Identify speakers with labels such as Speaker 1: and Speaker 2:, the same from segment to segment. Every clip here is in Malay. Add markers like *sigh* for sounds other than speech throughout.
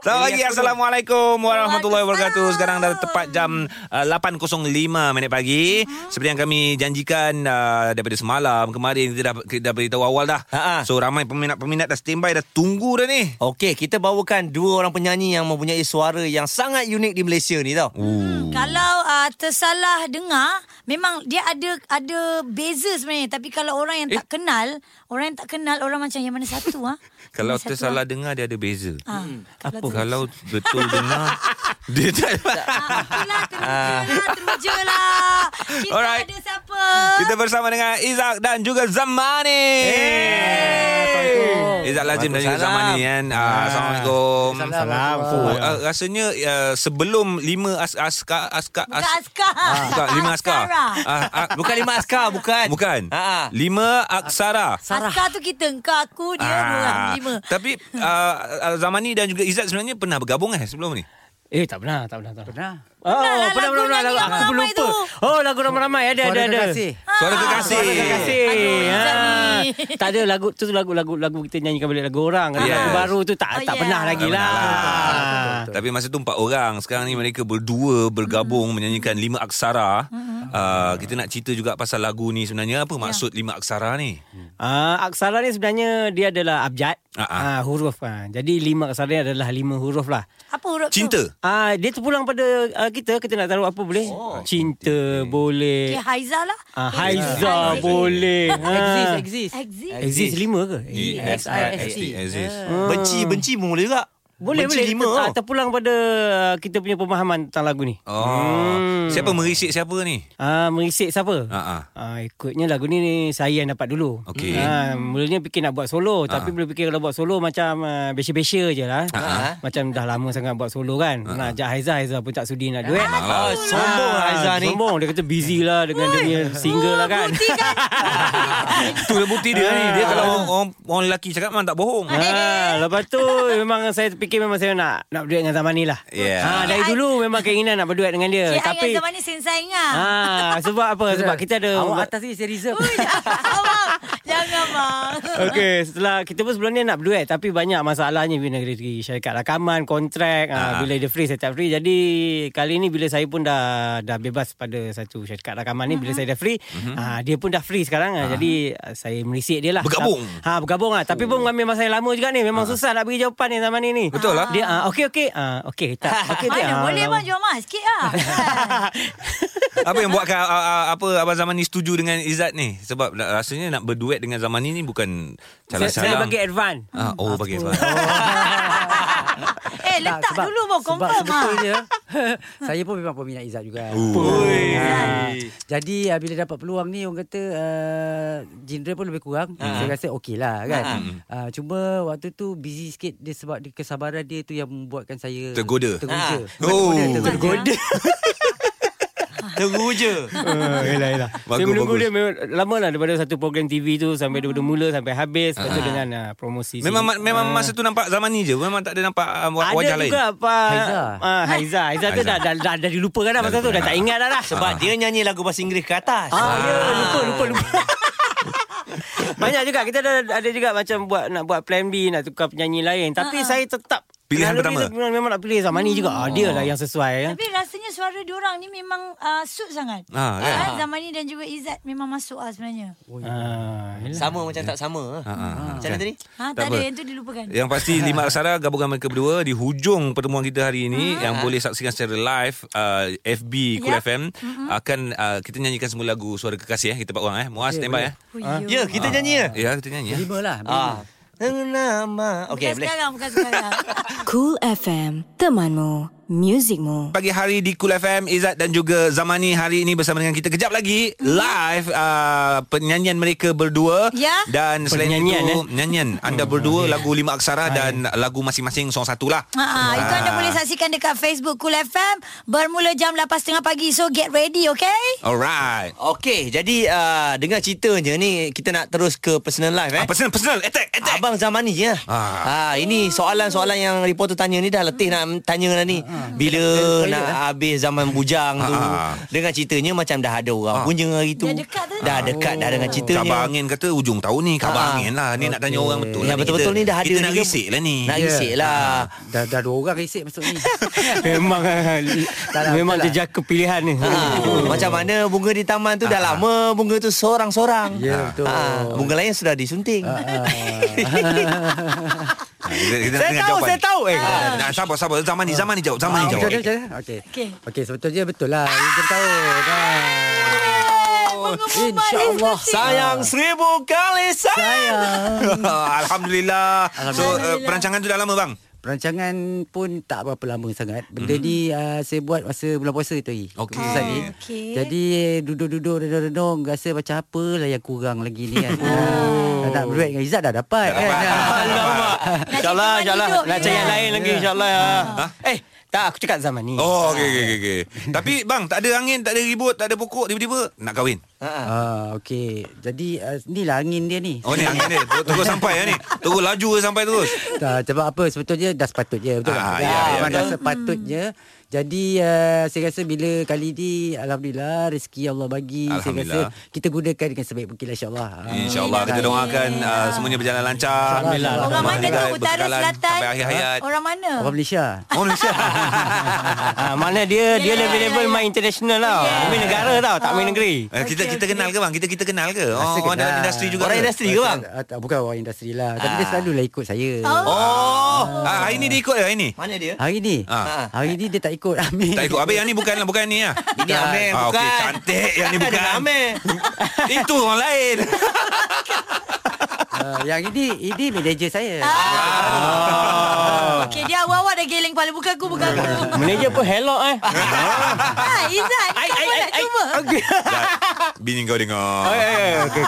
Speaker 1: Selamat pagi Assalamualaikum Warahmatullahi Wabarakatuh Sekarang dah tepat jam uh, 8.05 minit pagi
Speaker 2: Uh-huh.
Speaker 1: Seperti yang kami janjikan uh, Daripada semalam Kemarin kita dah, kita dah beritahu awal dah
Speaker 2: Ha-ha.
Speaker 1: So ramai peminat-peminat dah standby Dah tunggu dah ni
Speaker 2: Okey, kita bawakan dua orang penyanyi yang mempunyai suara yang sangat unik di Malaysia ni tau.
Speaker 1: Ooh.
Speaker 3: Kalau uh, tersalah dengar, memang dia ada ada beza sebenarnya. Tapi kalau orang yang eh? tak kenal, orang yang tak kenal, orang macam yang mana satu ah?
Speaker 1: *laughs* Kalau
Speaker 3: Yang mana satu,
Speaker 1: tersalah dengar dia ada beza
Speaker 3: ah? Ah,
Speaker 2: Hmm.
Speaker 1: Apa? lah. Kalau betul *laughs* dengar Dia tak
Speaker 3: Ah, apalah, teruja lah, teruja lah. Kita
Speaker 1: Alright.
Speaker 3: Alright. ada siapa?
Speaker 1: *laughs* Kita bersama dengan Izak dan juga Zamani.
Speaker 2: Assalamualaikum.
Speaker 1: Izak Lazim dan juga
Speaker 2: Waalaikumsalam.
Speaker 1: Zamani kan. Ah, Assalamualaikum.
Speaker 2: Salam.
Speaker 1: Oh, uh, rasanya uh, sebelum lima as, askar askar
Speaker 3: Bukan Askar. lah. Ah.
Speaker 1: bukan lima
Speaker 3: *laughs*
Speaker 1: askar.
Speaker 3: Askara.
Speaker 1: Ah, ah,
Speaker 2: Bukan lima askar, bukan.
Speaker 1: bukan.
Speaker 2: Ha.
Speaker 1: Lima aksara.
Speaker 3: Askar tu kita, engkau, aku, dia, ah. dua orang, lima.
Speaker 1: Tapi uh, uh, Zamani dan juga Izak sebenarnya pernah bergabung eh sebelum ni.
Speaker 4: Eh tak pernah, tak pernah, tak pernah. Oh,
Speaker 3: Pernah lah
Speaker 4: pernah,
Speaker 3: lagu
Speaker 4: pernah, pernah,
Speaker 3: nyanyi
Speaker 4: lagu aku
Speaker 3: ramai-ramai
Speaker 4: lupa.
Speaker 3: tu.
Speaker 4: Oh, lagu ramai-ramai ada, ada, ada.
Speaker 1: Suara
Speaker 3: Ah,
Speaker 1: kekasih.
Speaker 4: Suara kekasih.
Speaker 3: Aduh,
Speaker 4: Ha.
Speaker 1: ya.
Speaker 3: Zami.
Speaker 4: Tak ada lagu tu lagu lagu lagu kita nyanyikan balik lagu orang. Kalau
Speaker 1: Yes.
Speaker 4: Lagu baru tu tak
Speaker 3: Oh,
Speaker 4: tak
Speaker 5: ya.
Speaker 3: yeah.
Speaker 4: pernah lagi
Speaker 1: Tak
Speaker 4: lah.
Speaker 1: pernah lah.
Speaker 4: Ah.
Speaker 1: Tapi masa tu empat orang Sekarang
Speaker 3: Hmm.
Speaker 1: ni mereka berdua Bergabung menyanyikan lima aksara
Speaker 3: Hmm.
Speaker 1: uh, Kita nak cerita juga pasal lagu ni sebenarnya
Speaker 3: Ya.
Speaker 1: Apa maksud lima aksara ni?
Speaker 4: Ah, aksara ni sebenarnya dia adalah abjad.
Speaker 1: Ah, ah.
Speaker 4: Ah, huruf. Ah, Jadi lima aksara ni adalah lima huruf lah.
Speaker 3: Apa huruf
Speaker 1: Cinta
Speaker 3: tu?
Speaker 4: Ah, dia terpulang pada ah, kita, kita nak taruh apa boleh?
Speaker 1: Oh,
Speaker 4: Cinta boleh.
Speaker 3: Okay, Haiza lah.
Speaker 4: Ah, Haiza boleh.
Speaker 5: Ya. Exist,
Speaker 4: Ha.
Speaker 5: exist.
Speaker 3: Exit.
Speaker 4: Exist lima ke? Eh,
Speaker 3: E
Speaker 5: Yes, I-
Speaker 1: Exist,
Speaker 5: exist.
Speaker 1: Exist
Speaker 2: Benci, benci pun boleh juga.
Speaker 4: Hmm. Boleh
Speaker 2: benci
Speaker 4: boleh
Speaker 2: lima.
Speaker 4: Ter-
Speaker 2: tau.
Speaker 4: ah, terpulang pada ah, kita punya pemahaman tentang lagu ni.
Speaker 1: Oh, Siapa merisik siapa ni?
Speaker 4: Ah merisik siapa?
Speaker 1: Ah, ah.
Speaker 4: Ah ikutnya lagu ni, ni saya yang dapat dulu.
Speaker 1: Okey.
Speaker 4: Ah mulanya fikir nak buat solo tapi bila fikir kalau buat solo macam uh, besya-besya je lah.
Speaker 1: Ah.
Speaker 4: Macam dah lama sangat buat solo kan. Nak ajak Haiza Haiza pun tak sudi nak duet.
Speaker 2: Ah, sombong
Speaker 4: Ah,
Speaker 2: Aizah ni.
Speaker 4: Sombong dia kata busy lah dengan dia punya single lah kan. *laughs*
Speaker 3: Buktikan.
Speaker 1: Itu dah bukti dia ni Dia kalau orang, orang, orang lelaki cakap memang tak bohong
Speaker 4: Ha, lepas tu memang saya fikir memang saya nak nak berduet dengan Zamani lah.
Speaker 1: Yeah.
Speaker 4: Ha, dari dulu memang keinginan nak berduet dengan dia. Eh,
Speaker 3: Cik Ai
Speaker 4: tapi
Speaker 3: yang
Speaker 2: lah.
Speaker 3: zaman ni lah. sensai ngah. *laughs*
Speaker 4: Ah, sebab apa? Sebab kita ada
Speaker 5: Awak atas ni saya reserve.
Speaker 3: Jangan bang.
Speaker 4: *laughs* Okey, setelah kita pun sebelum ni nak berduet tapi banyak masalahnya bila negeri syarikat rakaman, kontrak, ah. bila dia free saya tak free. Jadi kali ni bila saya pun dah dah bebas pada satu syarikat rakaman ni bila saya dah free,
Speaker 1: Mhm.
Speaker 4: ah, dia pun dah free sekarang ah. Jadi ah, saya merisik dia lah.
Speaker 1: Bergabung. Oh.
Speaker 4: Ta- Ha, bergabung lah. Tapi pun mengambil masa yang lama juga ni. Memang susah nak bagi jawapan ni zaman ni ni.
Speaker 1: Betul lah.
Speaker 4: Dia ah, okey okey. Ah, okey
Speaker 1: *laughs*
Speaker 4: tak. Okey tak.
Speaker 3: Mana
Speaker 4: Ah,
Speaker 3: boleh
Speaker 4: lama. *laughs*
Speaker 3: bang jual mahal sikit lah.
Speaker 1: Apa yang buatkan ah, ah, apa Abang Zaman ni setuju dengan Izzat ni? Sebab nak- rasanya nak berduet dengan Zaman ni ni bukan
Speaker 4: Saya, saya
Speaker 1: calang-calang
Speaker 4: bagi advance.
Speaker 1: ah, Oh bagi advance
Speaker 3: eh letak
Speaker 5: Sebab-
Speaker 3: dulu bang
Speaker 5: Sebab eh.
Speaker 3: confirm ah.
Speaker 5: sebetulnya, *laughs* saya pun memang peminat Izzat juga. Ah, Jadi ah, bila dapat peluang ni orang kata uh, genre pun lebih kurang. Saya rasa okey lah kan. Ah, cuma waktu tu busy sikit dia sebab dia kesabaran dia tu yang membuatkan saya
Speaker 1: Tergoda.
Speaker 5: Tergoda.
Speaker 1: Ah. Oh.
Speaker 5: Tergoda.
Speaker 2: Teruja.
Speaker 4: Uh, yelah, yelah.
Speaker 1: *laughs* Bagus,
Speaker 4: saya menunggu
Speaker 1: bagus.
Speaker 4: dia memang lama lah daripada satu program TV tu sampai daripada
Speaker 5: Hmm.
Speaker 4: mula sampai habis lepas tu dengan uh, promosi.
Speaker 1: Ah. Memang
Speaker 4: sini.
Speaker 1: ma- memang masa tu nampak zaman ni je. Memang tak ada nampak uh,
Speaker 4: ada
Speaker 1: wajah lain.
Speaker 4: juga Pak
Speaker 5: Haiza.
Speaker 4: Ah, Haiza. Haiza tu
Speaker 1: Haiza. Ah.
Speaker 4: dah dah dah, dah dilupakan dah
Speaker 1: Dah
Speaker 4: masa tu dah
Speaker 1: lupakan.
Speaker 4: tak ingat dah lah.
Speaker 2: Sebab dia nyanyi lagu bahasa Inggeris ke atas.
Speaker 4: ah, ya lupa lupa lupa. Banyak juga kita ada ada juga macam buat nak buat plan B nak tukar penyanyi lain
Speaker 5: Ah,
Speaker 4: tapi saya tetap
Speaker 1: Pilihan
Speaker 4: Dalam
Speaker 1: pertama.
Speaker 4: diri tu memang, memang nak pilih Zamani juga. Ah, dia lah yang sesuai kan.
Speaker 3: Tapi rasanya suara diorang ni memang uh, suit sangat.
Speaker 1: Ha, kan?
Speaker 3: Ah, Zamani dan juga Izzat memang masuk ah sebenarnya.
Speaker 4: Ah, yelah.
Speaker 2: Sama macam tak sama.
Speaker 4: Ah,
Speaker 1: Ha, ha, ha.
Speaker 2: Macam mana tadi?
Speaker 3: Ha,
Speaker 1: Tak apa.
Speaker 3: tak,
Speaker 1: Ya,
Speaker 3: ada yang tu dilupakan.
Speaker 1: Yang pasti Lima Aksara gabungan mereka berdua di hujung pertemuan kita hari ini yang boleh saksikan secara live uh, FB Cool
Speaker 3: Ya.
Speaker 1: FM akan uh, kita nyanyikan semua lagu Suara Kekasih eh kita empat orang eh. Muaz standby eh.
Speaker 3: Oh,
Speaker 4: Ah.
Speaker 2: Ya, kita nyanyi lah.
Speaker 1: Ya kita nyanyi. eh.
Speaker 5: Lima lah.
Speaker 2: Ah. Nama.
Speaker 3: Bukan
Speaker 2: Okey, boleh.
Speaker 3: sekarang, bukan sekarang.
Speaker 6: Cool FM, temanmu, muzikmu.
Speaker 1: Pagi hari di Cool FM Izzat dan juga Zamani hari ini bersama dengan kita Kejap lagi live uh, penyanyian mereka berdua
Speaker 3: Ya.
Speaker 1: Dan selain
Speaker 4: Penyanyian,
Speaker 1: itu nyanyian anda berdua lagu Lima Aksara dan lagu masing-masing song satu lah
Speaker 3: Ha, ha, itu anda
Speaker 1: Ah.
Speaker 3: boleh saksikan dekat Facebook Cool FM bermula jam 8.30 pagi. So get ready, okay?
Speaker 1: Alright
Speaker 2: Okey, jadi uh, dengar ceritanya ni kita nak terus ke personal life eh.
Speaker 1: Ah, personal, personal. Attack, attack.
Speaker 2: Abang zaman ni ya.
Speaker 1: Ah.
Speaker 2: Ah. ah ini soalan-soalan yang reporter tanya ni dah letih nak tanya dah ni. Bila nak habis zaman bujang tu Dengan ceritanya macam dah ada orang punya hari tu
Speaker 3: Dah dekat tu.
Speaker 2: Dah dekat dah dengan ceritanya
Speaker 1: Khabar angin kata ujung tahun ni Khabar
Speaker 2: Ah.
Speaker 1: angin lah Ni nak tanya orang
Speaker 2: Ya
Speaker 1: betul lah
Speaker 2: betul-betul
Speaker 1: kita,
Speaker 2: ni dah ada
Speaker 1: Kita nak
Speaker 2: ke-
Speaker 1: risik lah ni
Speaker 2: Nak risik lah
Speaker 5: Dah, dah dua orang resik masuk *laughs* ni Ah,
Speaker 4: Memang ah,
Speaker 5: lah,
Speaker 4: Memang
Speaker 5: tak lah.
Speaker 4: jejaka pilihan ni
Speaker 1: Ah.
Speaker 2: Ha, macam mana bunga di taman tu dah lama bunga tu seorang-seorang.
Speaker 5: Ya, betul.
Speaker 2: Ha, bunga lain sudah disunting.
Speaker 1: Ah, kita, kita nak
Speaker 2: Saya
Speaker 1: dengar
Speaker 2: tahu,
Speaker 1: jawapan.
Speaker 2: saya tahu. Eh. Ah.
Speaker 1: Ah, nah, Sabar sabar Zaman ni zaman ni jawab Zaman ni
Speaker 5: Macam
Speaker 1: jawab
Speaker 5: mana macam mana Okey
Speaker 3: Okey.
Speaker 5: Okey sebetulnya betul lah Kita tahu dah. kan? InsyaAllah
Speaker 2: Sayang seribu kali sayang.
Speaker 5: Sayang
Speaker 1: *laughs* Alhamdulillah So uh, perancangan tu dah lama bang
Speaker 5: Perancangan pun tak berapa lama sangat. Benda mm-hmm. ni uh, saya buat masa bulan puasa tu hari.
Speaker 1: Mhm. Okey.
Speaker 5: Keputusan ni.
Speaker 3: Okey.
Speaker 5: Jadi duduk-duduk renung-renung rasa macam apalah yang kurang lagi ni
Speaker 1: *laughs*
Speaker 5: kan. oh. Tak duit dengan Izzat dah dapat kan.
Speaker 1: Alamak.
Speaker 2: InsyaAllah,
Speaker 3: Nak
Speaker 2: insyaAllah.
Speaker 3: cari teman
Speaker 4: Nak
Speaker 3: hidup
Speaker 4: cari yang
Speaker 3: je.
Speaker 4: lain lagi insyaAllah ha? Eh tak aku cakap zaman ni
Speaker 1: Oh okey okey okey okey. Tapi bang tak ada angin, tak ada ribut, tak ada pokok tiba-tiba nak kahwin.
Speaker 5: Ah okey. Jadi uh, ni lah angin dia ni.
Speaker 1: Oh ni angin dia terus, terus sampai ya ni. Terus laju ke sampai terus.
Speaker 5: Tak, Ah, sebab apa sebetulnya dah sepatutnya betul
Speaker 1: Ah,
Speaker 5: tak?
Speaker 1: ya, ya,
Speaker 5: memang dah
Speaker 1: betul. Hmm.
Speaker 5: sepatutnya. Jadi uh, saya rasa bila kali ni alhamdulillah rezeki Allah bagi saya rasa
Speaker 1: Alhamdulillah.
Speaker 5: kita gunakan dengan sebaik mungkin insya-Allah. Ah.
Speaker 1: InsyaAllah kita doakan uh, semuanya berjalan lancar.
Speaker 5: Alhamdulillah.
Speaker 1: Rumah
Speaker 3: Orang mana tu
Speaker 1: dekat
Speaker 3: utara
Speaker 1: berbekalan
Speaker 3: selatan
Speaker 1: Sampai akhir hayat.
Speaker 3: Orang mana
Speaker 5: Orang Malaysia.
Speaker 1: Oh Malaysia.
Speaker 2: *laughs*
Speaker 4: ha, Mana dia Dia
Speaker 3: Yelah,
Speaker 4: level-level
Speaker 3: yelah,
Speaker 4: main international tau Main negara tau Tak main negeri
Speaker 1: Eh, kita kita kenal ke bang? Kita kita kenal ke?
Speaker 5: Rasa
Speaker 1: Oh, orang
Speaker 5: kenal.
Speaker 1: dalam industri juga. ke?
Speaker 4: Orang
Speaker 1: Ah.
Speaker 4: industri ke bang
Speaker 5: Ah, tak, bukan orang industri lah. Tapi dia selalulah ikut saya.
Speaker 1: Oh, ah, hari ni dia ikut ke hari ni?
Speaker 2: Mana dia?
Speaker 5: Hari ni.
Speaker 1: Ah.
Speaker 5: Hari ni dia tak ikut Amin.
Speaker 1: Tak ikut Habis yang ni bukan bukan ni lah
Speaker 2: Ini Amir bukan.
Speaker 1: Ah, okey, cantik *laughs* yang ni
Speaker 2: Ada
Speaker 1: bukan.
Speaker 2: Amir.
Speaker 1: Itu orang *laughs* lain.
Speaker 5: Ah, yang ini ini manager saya.
Speaker 1: Ah.
Speaker 3: Okay dia awal-awal dah geleng kepala Bukan aku bukan aku
Speaker 4: Manager pun helok eh
Speaker 3: Ha Izzat ni
Speaker 4: Ai,
Speaker 3: Kamu
Speaker 4: ai,
Speaker 3: nak
Speaker 4: ai,
Speaker 3: cuba
Speaker 1: Bini kau dengar.
Speaker 2: Eh kau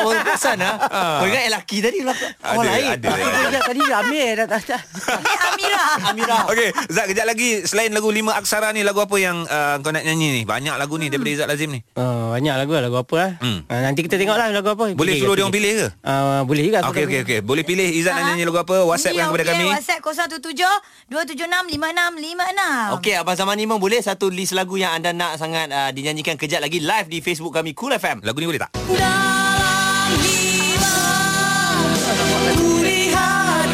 Speaker 2: baru perasan
Speaker 1: ah.
Speaker 2: ha? Kau ingat yang lelaki tadi lah Orang
Speaker 1: Ada,
Speaker 2: lain
Speaker 1: ada.
Speaker 5: Aku ingat tadi Amir dah tak tak.
Speaker 3: Ni Amira
Speaker 2: Amira
Speaker 1: Okey, Zat kejap lagi selain lagu Lima Aksara ni lagu apa yang uh, kau nak nyanyi ni? Banyak lagu ni daripada Izzat Lazim ni.
Speaker 4: Uh, banyak lagu lah Lagu apa lah
Speaker 1: Hmm.
Speaker 4: Ah, Nanti kita tengok lah lagu apa
Speaker 1: Boleh suruh dia orang pilih ke?
Speaker 4: uh, Boleh juga suruh
Speaker 1: Okey
Speaker 4: dia
Speaker 1: okey
Speaker 4: pilih.
Speaker 1: okey. Boleh pilih Izzat nak nyanyi lagu apa? WhatsApp kan kepada kami.
Speaker 3: Ha? WhatsApp
Speaker 5: Ah.
Speaker 3: 017-276-5656
Speaker 2: Okey Abang Zaman ni memang boleh Satu list lagu yang anda nak sangat uh, Dinyanyikan kejap lagi Live di Facebook kami Cool FM
Speaker 1: Lagu ni boleh tak?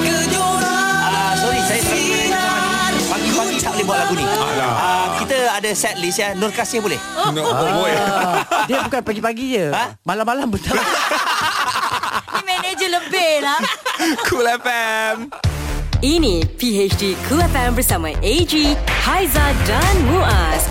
Speaker 2: Ah, sorry saya selalu main zaman ni. Pagi-pagi tak boleh buat lagu ni.
Speaker 1: Alah.
Speaker 2: Ah, kita ada set list ya. Nur Kasih boleh.
Speaker 5: Oh,
Speaker 1: No, boy.
Speaker 5: Ah, dia bukan pagi-pagi je.
Speaker 2: Ha?
Speaker 5: Malam-malam betul.
Speaker 1: Ah.
Speaker 3: Ni manager lebih lah
Speaker 1: *laughs* cool FM.
Speaker 6: *laughs* Ini PHD Cool FM bersama AG, Haiza dan Muaz.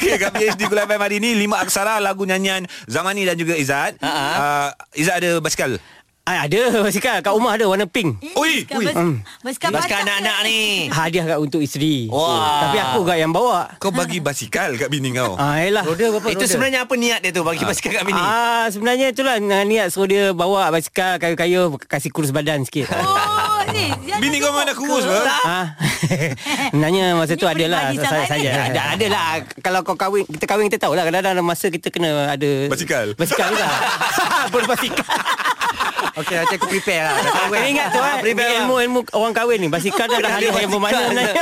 Speaker 1: Okey, kat PhD Cool FM hari ni Lima Aksara lagu nyanyian Zamani dan juga Izzat. Uh, Izzat ada basikal.
Speaker 4: Ah, Ada *laughs* basikal Kat rumah ada warna pink
Speaker 1: Ui,
Speaker 3: Basikal
Speaker 1: ui.
Speaker 3: bas- Basikal
Speaker 2: Basikal
Speaker 3: batak
Speaker 2: anak-anak
Speaker 3: ke?
Speaker 2: ni.
Speaker 4: Hadiah kat untuk isteri
Speaker 2: Wah.
Speaker 4: Tapi aku kat yang bawa
Speaker 1: Kau bagi basikal kat bini kau.
Speaker 4: Ah, elah.
Speaker 5: Roda berapa roda?
Speaker 2: Itu sebenarnya apa niat dia tu bagi basikal kat bini?
Speaker 4: Ah, sebenarnya itulah dengan niat suruh dia bawa basikal kayu-kayu kasih kurus badan sikit.
Speaker 3: Oh ni Zia
Speaker 1: Bini
Speaker 3: dah
Speaker 1: kau
Speaker 3: cukup
Speaker 1: mana
Speaker 3: ke?
Speaker 1: kurus ke?
Speaker 4: Ah. *laughs* Sebenarnya masa
Speaker 3: Ni
Speaker 4: tu
Speaker 3: pun
Speaker 4: adalah
Speaker 3: dibagi
Speaker 4: saya
Speaker 3: sangat
Speaker 4: saja.
Speaker 3: ni.
Speaker 4: Ada adalah kalau kau kahwin kita kahwin kita tahulah kadang-kadang ada masa kita kena ada
Speaker 1: Basikal.
Speaker 4: Basikal *laughs* juga. Berbasikal.
Speaker 5: Okey, nanti aku prepare
Speaker 2: *laughs*
Speaker 5: lah.
Speaker 4: Kena ingat tu eh.
Speaker 2: prepare lah.
Speaker 4: Ilmu ilmu orang kahwin ni basikal dah ada yang bermakna *laughs* sebenarnya.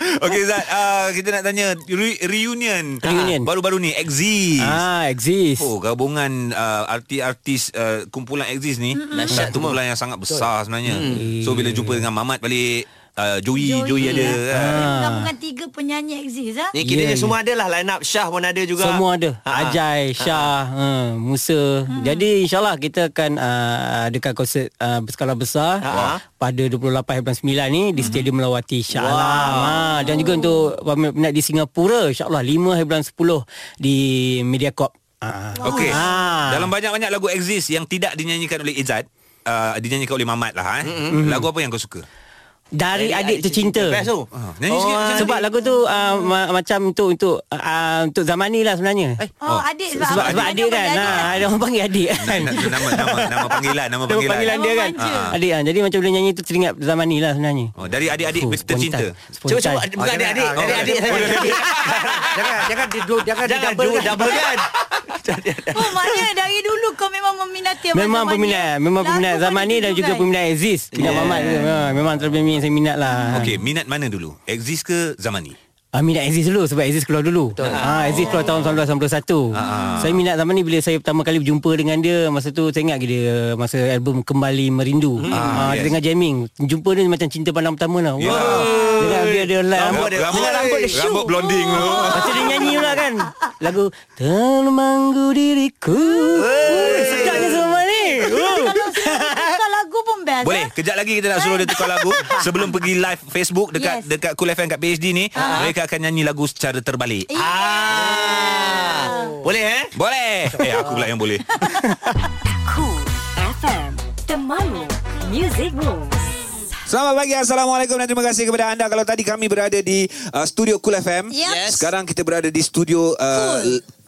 Speaker 1: Okey Zat, uh, kita nak tanya re- reunion. Ah,
Speaker 4: Reunion.
Speaker 1: Baru-baru ni Exist.
Speaker 4: ah, exist.
Speaker 1: Oh, gabungan uh, artis-artis uh, kumpulan Exist ni satu kumpulan yang sangat besar sebenarnya.
Speaker 4: Mm.
Speaker 1: So bila jumpa dengan Mamat balik uh, Joey, Joey, ada
Speaker 4: ya.
Speaker 1: kan.
Speaker 4: Ah.
Speaker 3: Gabungan tiga penyanyi exist ha?
Speaker 2: Ni kiranya
Speaker 4: Yeah, yeah.
Speaker 2: semua ada lah line up Syah pun ada juga.
Speaker 4: Semua ada
Speaker 2: Ha, ha.
Speaker 4: Ajai, Syah, uh, Musa Jadi insyaAllah kita akan uh, Adakan konsert uh, berskala besar
Speaker 2: Ha.
Speaker 4: Pada 28 bulan 9 ni Di Stadium Melawati InsyaAllah ha, Dan juga untuk Peminat di Singapura InsyaAllah 5 bulan 10 Di Mediacorp ha.
Speaker 1: Okey.
Speaker 4: Ah.
Speaker 1: Dalam banyak-banyak lagu Exist yang tidak dinyanyikan oleh Izzat, uh, dinyanyikan oleh Mamat lah eh. Lagu apa yang kau suka?
Speaker 4: Dari adik, tercinta
Speaker 2: Best tu.
Speaker 1: Ah, nyanyi sikit macam
Speaker 4: Oh, sebab
Speaker 1: adik.
Speaker 4: lagu tu uh, ma- macam untuk untuk uh, untuk zaman ni lah sebenarnya.
Speaker 3: Oh, adik sebab,
Speaker 4: sebab sebab adik kan.
Speaker 3: nama
Speaker 4: Ha, ada orang panggil adik kan. *laughs*
Speaker 1: Na- Nama nama nama panggilan, nama panggilan. Ah,
Speaker 4: Nama panggilan dia kan.
Speaker 3: Nama manja.
Speaker 4: Ha. Adik kan. Jadi macam bila nyanyi tu teringat zaman ni lah sebenarnya.
Speaker 1: Oh, dari adik-adik
Speaker 4: Oh,
Speaker 1: tercinta.
Speaker 2: Cuba
Speaker 4: spontan. Spontan.
Speaker 2: cuba bukan adik-adik,
Speaker 5: jangan.
Speaker 2: adik-adik saya.
Speaker 5: jangan jangan di jangan,
Speaker 2: Jangan
Speaker 5: di-double
Speaker 2: double double kan.
Speaker 3: Oh maknanya dari dulu kau memang meminati abang
Speaker 4: Memang
Speaker 3: zaman ni. ah.
Speaker 4: peminat Memang
Speaker 3: Lagu
Speaker 4: peminat
Speaker 3: pun
Speaker 4: Zaman ni dan
Speaker 3: ditujukan.
Speaker 4: juga kan? peminat exist Minat
Speaker 1: Yeah.
Speaker 4: yeah. Mamat tu memang- Memang terbimbing saya minat lah
Speaker 1: Okey, minat mana dulu? Exist ke zaman ni?
Speaker 4: Ah, minat Aziz dulu sebab Aziz keluar dulu. Ah, Aziz keluar tahun 1991. Saya minat zaman ni bila saya pertama kali berjumpa dengan dia masa tu saya ingat dia masa album Kembali Merindu. Ah,
Speaker 1: yes.
Speaker 4: dia tengah jamming. Jumpa dia macam cinta pandang pertama lah.
Speaker 1: Yeah.
Speaker 4: Wow. Dengan dia dia rambut dia dengan rambut dia syuk.
Speaker 1: Rambut Oh. blonding tu.
Speaker 4: Lepas tu dia nyanyi pula kan Lagu Termanggu diriku Ui, Sedapnya semua *laughs* ni Ui.
Speaker 3: Tukar lagu pun best
Speaker 1: Boleh,
Speaker 3: eh?
Speaker 1: kejap lagi kita nak suruh dia tukar *laughs* lagu sebelum pergi live Facebook dekat
Speaker 3: Yes.
Speaker 1: dekat Cool FM kat PhD ni, mereka akan nyanyi lagu secara terbalik.
Speaker 2: Ah.
Speaker 7: Oh.
Speaker 2: Boleh eh?
Speaker 1: Boleh. Eh aku pula yang boleh.
Speaker 6: Cool FM Temanmu Music Rules
Speaker 1: *laughs* Selamat pagi Assalamualaikum Dan terima kasih kepada anda Kalau tadi kami berada di uh, Studio Cool FM
Speaker 3: Yep. Yes.
Speaker 1: Sekarang kita berada di studio uh,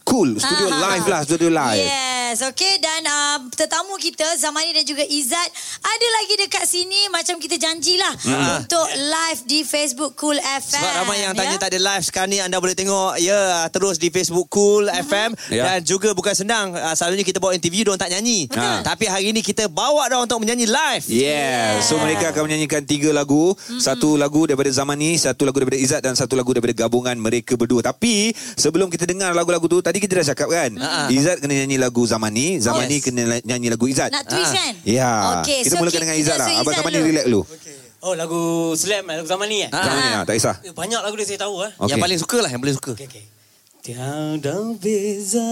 Speaker 1: Cool, cool. Studio
Speaker 3: Ah.
Speaker 1: live lah Studio live
Speaker 3: Yes, okay dan uh, tetamu kita Zamani dan juga Izzat ada lagi dekat sini macam kita janjilah untuk live di Facebook Cool FM.
Speaker 7: Sebab ramai
Speaker 3: ya?
Speaker 7: yang tanya tak ada live sekarang ni anda boleh tengok ya terus di Facebook Cool FM
Speaker 1: Ya.
Speaker 7: dan juga bukan senang ah, selalunya kita bawa interview diorang tak nyanyi.
Speaker 1: Betul.
Speaker 7: Tapi hari ni kita bawa diorang untuk menyanyi live.
Speaker 1: Ya, Yeah. So mereka akan menyanyikan tiga lagu mm-hmm. Satu lagu daripada zaman ni Satu lagu daripada Izzat Dan satu lagu daripada gabungan mereka berdua Tapi sebelum kita dengar lagu-lagu tu Tadi kita dah cakap kan mm-hmm. Izzat kena nyanyi lagu zaman ni Zaman
Speaker 7: Oh,
Speaker 1: ni
Speaker 7: yes.
Speaker 1: kena la- nyanyi lagu Izzat
Speaker 3: Nak twist kan?
Speaker 1: Ya
Speaker 3: Okay,
Speaker 1: Kita
Speaker 3: so
Speaker 1: mulakan
Speaker 3: ki-
Speaker 1: dengan Izzat
Speaker 3: kita-
Speaker 1: lah
Speaker 3: so
Speaker 1: Abang
Speaker 3: Izzat
Speaker 1: zaman ni
Speaker 3: dulu. Ah.
Speaker 1: relax dulu
Speaker 4: Oh lagu Slam lagu zaman ni eh?
Speaker 1: Tak boleh lah, Tak kisah
Speaker 4: Banyak lagu dia saya tahu eh.
Speaker 7: Yang paling suka lah yang paling suka.
Speaker 4: Okay, okay. Tiada beza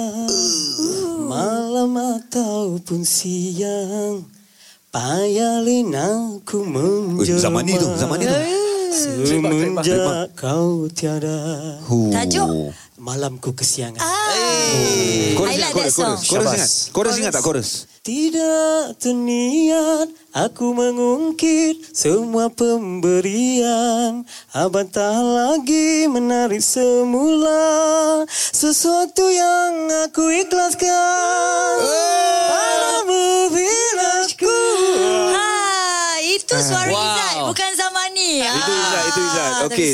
Speaker 4: malam ataupun siang Payalin aku
Speaker 1: Ui,
Speaker 4: menjelma
Speaker 1: zaman ni tu, zaman ni tu.
Speaker 4: Semenjak kau tiada
Speaker 1: Huh.
Speaker 3: Tajuk?
Speaker 4: Malamku kesiangan
Speaker 3: Ah.
Speaker 1: Chorus
Speaker 3: I
Speaker 1: ingat,
Speaker 3: like that
Speaker 1: chorus,
Speaker 3: song.
Speaker 1: chorus. Chorus
Speaker 7: Syabas.
Speaker 1: ingat. Chorus ingat tak chorus?
Speaker 4: Tidak terniat aku mengungkit semua pemberian Abang tak lagi menarik semula Sesuatu yang aku ikhlaskan Padamu bila ku
Speaker 3: Ah, itu suara
Speaker 7: Wow.
Speaker 3: Izzat bukan Zamani.
Speaker 1: Itu Izzat, itu Izzat. Okey,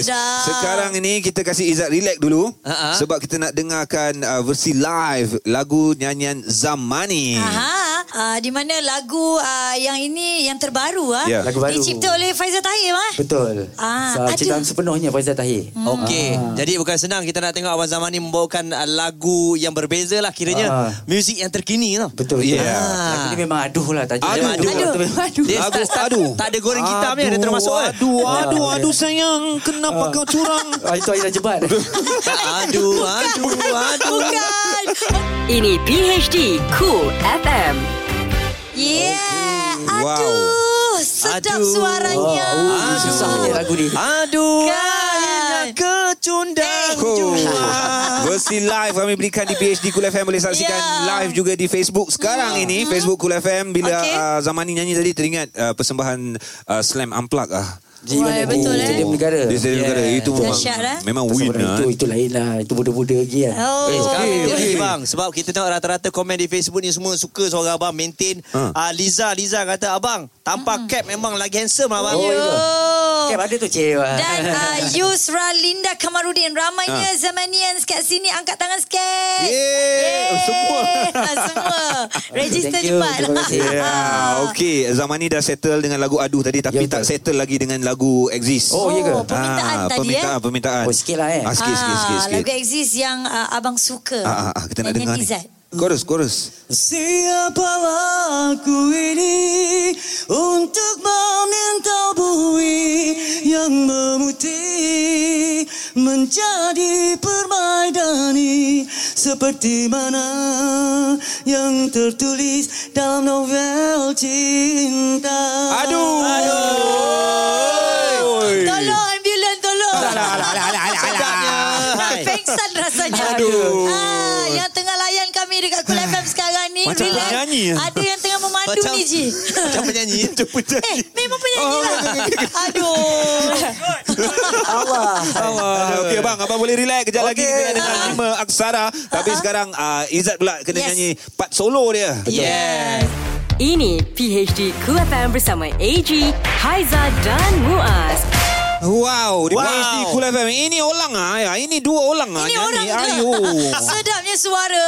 Speaker 1: sekarang ini kita kasih Izzat relax dulu
Speaker 7: Ha-ha.
Speaker 1: sebab kita nak dengarkan uh, versi live lagu nyanyian Zamani.
Speaker 3: Aha, uh, di mana lagu uh, yang ini yang terbaru ah.
Speaker 1: Ya.
Speaker 5: Lagu baru.
Speaker 3: Dicipta oleh Faizal Tahir ah.
Speaker 5: Betul.
Speaker 3: Ah,
Speaker 5: so, cita
Speaker 3: ada.
Speaker 5: sepenuhnya Faizal Tahir.
Speaker 7: Hmm. Okey, jadi bukan senang kita nak tengok Abang Zaman ni membawakan ah, lagu yang berbeza lah kiranya.
Speaker 5: Ah.
Speaker 7: Muzik yang terkini tau.
Speaker 5: Betul.
Speaker 1: Yeah.
Speaker 5: Ah. Lagu ni memang aduh lah tajuk.
Speaker 1: Aduh.
Speaker 5: Memang
Speaker 3: Aduh.
Speaker 5: Betul, memang aduh.
Speaker 7: Dia
Speaker 1: Lagu
Speaker 7: start, start,
Speaker 1: Aduh.
Speaker 7: tak ada goreng hitam ni dia termasuk eh.
Speaker 1: Aduh, aduh, aduh sayang, kenapa kau curang?
Speaker 5: *laughs* Ah, itu Aida
Speaker 1: *laughs*
Speaker 5: jebat.
Speaker 7: Aduh, aduh, aduh.
Speaker 3: Bukan.
Speaker 6: Ini PHD Cool FM
Speaker 3: Yeah.
Speaker 1: Wow.
Speaker 3: Aduh, sedap
Speaker 7: Aduh.
Speaker 3: suaranya.
Speaker 5: Oh, susahnya lagu ni.
Speaker 7: Aduh,
Speaker 3: Kan.
Speaker 7: airnya kecundang
Speaker 1: Oh.
Speaker 7: jua.
Speaker 1: *laughs* Versi live kami berikan di PhD Cool FM Boleh saksikan
Speaker 3: Ya.
Speaker 1: yeah. live juga di Facebook Sekarang yeah. ini Facebook Cool FM Bila okay.
Speaker 3: Okey.
Speaker 1: uh, Zamani nyanyi tadi Teringat uh, persembahan uh, Slam Unplugged ah.
Speaker 5: Di
Speaker 8: ya,
Speaker 5: mana
Speaker 3: Wah, betul,
Speaker 5: di
Speaker 3: eh.
Speaker 5: Stadium Negara.
Speaker 1: Di Stadium Negara Itu memang
Speaker 3: Dahsyat, eh?
Speaker 1: Memang win
Speaker 5: Pasal
Speaker 1: lah
Speaker 5: Itu itu lain lah. Itu budak-budak lagi kan.
Speaker 3: Oh.
Speaker 7: Eh, sekarang
Speaker 1: Okey,
Speaker 7: okay,
Speaker 1: okey.
Speaker 7: bang Sebab kita tengok rata-rata komen di Facebook ni Semua suka suara abang Maintain
Speaker 1: Ha.
Speaker 7: ha. Liza Liza kata Abang Tanpa cap memang lagi handsome lah abang
Speaker 5: Oh, itu.
Speaker 3: Oh.
Speaker 5: Cap ada tu cewa.
Speaker 3: Dan uh, Yusra Linda Kamarudin Ramainya
Speaker 1: Ah.
Speaker 3: Zamanians kat sini Angkat tangan sikit
Speaker 1: Yeay.
Speaker 3: Yeay.
Speaker 1: Semua.
Speaker 3: *laughs* Semua Register
Speaker 5: Thank you.
Speaker 3: cepat
Speaker 5: Terima kasih.
Speaker 3: *laughs*
Speaker 1: Yeah, okay. Zamani dah settle dengan lagu Aduh tadi tapi
Speaker 5: Ya,
Speaker 1: tak
Speaker 5: betul.
Speaker 1: settle lagi dengan lagu Exist.
Speaker 5: Oh, ya ke?
Speaker 3: permintaan
Speaker 1: Ah,
Speaker 3: tadi,
Speaker 1: permintaan,
Speaker 3: eh?
Speaker 1: permintaan.
Speaker 5: Oh, sikit lah, eh?
Speaker 1: Ah, sikit, sikit, sikit, sikit.
Speaker 3: Lagu exist yang uh, abang suka
Speaker 1: Ah, ah, ah, kita nak dengar
Speaker 3: Nyanyian
Speaker 1: ni.
Speaker 3: Izzat.
Speaker 1: Chorus, chorus.
Speaker 7: Siapalah aku ini Untuk meminta bui Yang memutih Menjadi permaidani Seperti mana Yang tertulis dalam novel cinta
Speaker 3: Ah.
Speaker 1: Aduh.
Speaker 3: Tolong ambulan tolong
Speaker 1: Alah, alah, alah, alah, alah.
Speaker 3: Nak
Speaker 7: Sedapnya
Speaker 3: pengsan rasanya Aduh. Ah, Yang tengah layan kami Dekat Kul FM sekarang ni
Speaker 1: Macam
Speaker 3: relax.
Speaker 1: penyanyi, eh?
Speaker 3: Ada yang tengah memandu
Speaker 7: Macam-
Speaker 3: ni Ji
Speaker 7: Macam
Speaker 3: *laughs*
Speaker 7: penyanyi
Speaker 3: Eh memang
Speaker 1: Oh,
Speaker 3: penyanyi lah
Speaker 1: *laughs*
Speaker 3: Aduh
Speaker 1: Ah, Okey bang, abang boleh relax kejap lagi kita nak dengar lima aksara. Tapi sekarang ah, Izzat pula kena
Speaker 3: Yes.
Speaker 1: nyanyi part solo dia.
Speaker 7: Yes
Speaker 6: Ini PHD Cool FM bersama AG, Haiza dan Muaz
Speaker 1: Wow, di wow.
Speaker 7: Wow.
Speaker 1: PhD Cool FM. Ini orang ah. Ya, ini dua orang ah.
Speaker 3: Ini
Speaker 1: nyanyi.
Speaker 3: orang
Speaker 1: Ayo.
Speaker 3: Sedapnya suara.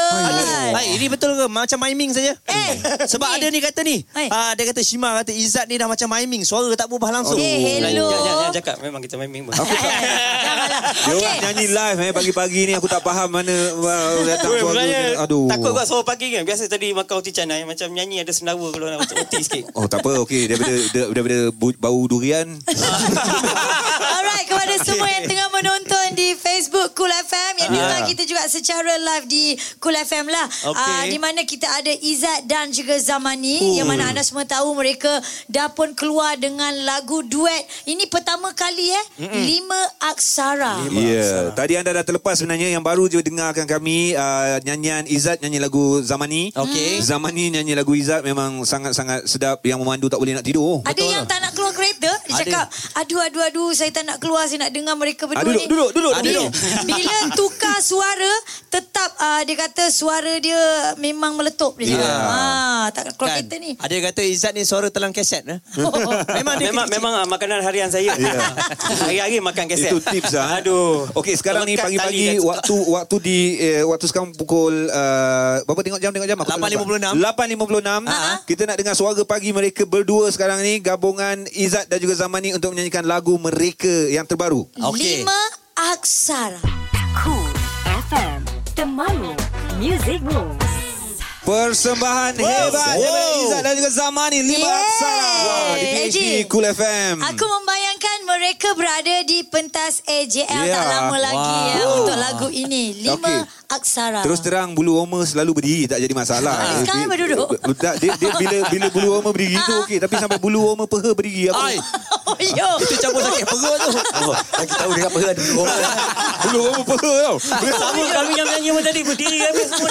Speaker 7: Hai, ini betul ke? Macam miming saja.
Speaker 3: Eh,
Speaker 7: Sebab
Speaker 3: ni.
Speaker 7: ada ni kata ni.
Speaker 3: Hai.
Speaker 7: Ah, dia kata Shima kata Izzat ni dah macam miming. Suara tak berubah langsung. Oh,
Speaker 3: Eh,
Speaker 9: Jangan,
Speaker 3: hello.
Speaker 9: jangan, jangan cakap. Memang kita main mimbar.
Speaker 3: *laughs* Janganlah.
Speaker 1: Dia *laughs*
Speaker 3: Okey.
Speaker 1: orang nyanyi live eh pagi-pagi ni aku tak faham mana uh, datang
Speaker 9: Weh,
Speaker 1: suara.
Speaker 9: sebenarnya
Speaker 1: ni. Aduh.
Speaker 9: takut buat suara pagi kan. Biasa tadi makan roti canai. Macam nyanyi ada sendawa kalau nak macam roti sikit.
Speaker 1: Oh tak apa okey daripada *laughs* da- daripada bu- bau durian
Speaker 3: *laughs* Alright kepada semua yang tengah menonton di Facebook Cool FM yang dengar kita juga secara live di Cool FM lah.
Speaker 9: Okey.
Speaker 3: Ah, di mana kita ada Izzat dan juga Zamani yang mana anda semua tahu mereka dah pun keluar dengan lagu duet. Ini pertama kali eh lima aksara.
Speaker 1: Ya yeah. Tadi anda dah terlepas sebenarnya Yang baru je dengarkan kami uh, Nyanyian Izzat nyanyi lagu Zamani
Speaker 9: Hmm.
Speaker 7: Okey.
Speaker 1: Zamani nyanyi lagu Izzat Memang sangat-sangat sedap Yang memandu tak boleh nak tidur
Speaker 9: Ah,
Speaker 3: Ada yang tak nak keluar kereta Dia
Speaker 7: Ada.
Speaker 3: cakap Aduh aduh aduh Saya tak nak keluar Saya nak dengar mereka berdua
Speaker 1: Ah, duduk,
Speaker 3: ni
Speaker 1: duduk, duduk,
Speaker 3: bila,
Speaker 1: duduk.
Speaker 3: *laughs* bila tukar suara Tetap uh, Dia kata suara dia Memang meletup Dia cakap
Speaker 1: Yeah.
Speaker 3: ah, Tak nak keluar
Speaker 7: Kan?
Speaker 3: kereta ni
Speaker 7: Ada yang kata Izzat ni suara telan kaset.
Speaker 1: *laughs*
Speaker 7: Eh?
Speaker 1: Oh.
Speaker 7: memang dia
Speaker 9: memang
Speaker 7: kecil-kecil.
Speaker 9: memang ah, makanan harian saya. *laughs* Hari-hari makan keset.
Speaker 1: Ya. Itu tips ah.
Speaker 9: eh. Aduh.
Speaker 1: Okey, sekarang ni
Speaker 9: Lekat tali
Speaker 1: pagi-pagi
Speaker 9: kat-
Speaker 1: *laughs* waktu waktu di eh, waktu sekarang pukul uh, berapa tengok jam tengok jam aku tak
Speaker 7: 8.56.
Speaker 1: lupa. 8.56.
Speaker 9: Ha,
Speaker 1: Kita nak dengar suara pagi mereka berdua sekarang ni gabungan Izzat dan juga Zamani untuk menyanyikan lagu mereka yang terbaru.
Speaker 7: Okey.
Speaker 3: Lima aksara
Speaker 6: Cool FM Temanmu Music Moves
Speaker 1: Persembahan hebat daripada
Speaker 2: Oh.
Speaker 1: Izzat dan juga Zamani lima
Speaker 3: Yeay.
Speaker 1: aksara. Wah, di
Speaker 3: Eh,
Speaker 1: PhD
Speaker 3: Ji.
Speaker 1: Cool FM.
Speaker 3: Aku membayangkan mereka berada di pentas AJL tak
Speaker 1: Yeah.
Speaker 3: lama lagi
Speaker 7: Wow.
Speaker 3: ya, untuk lagu ini. Lima
Speaker 1: Okey.
Speaker 3: aksara.
Speaker 1: Terus terang bulu Homer selalu berdiri tak jadi masalah. Eh,
Speaker 3: Ah, sekarang
Speaker 1: Dia-
Speaker 3: berduduk.
Speaker 1: dia- Tak dia, dia bila bila bulu Homer berdiri tu okey tapi sampai bulu Homer peha berdiri aku.
Speaker 7: Ai,
Speaker 3: Oh, *laughs* yo.
Speaker 7: itu campur sakit perut tu.
Speaker 1: Bagi tahu dia kat peha ada
Speaker 7: *laughs*
Speaker 1: bulu Homer. bulu Homer peha tau.
Speaker 9: Sama kami yang menyanyi pun tadi berdiri kami semua.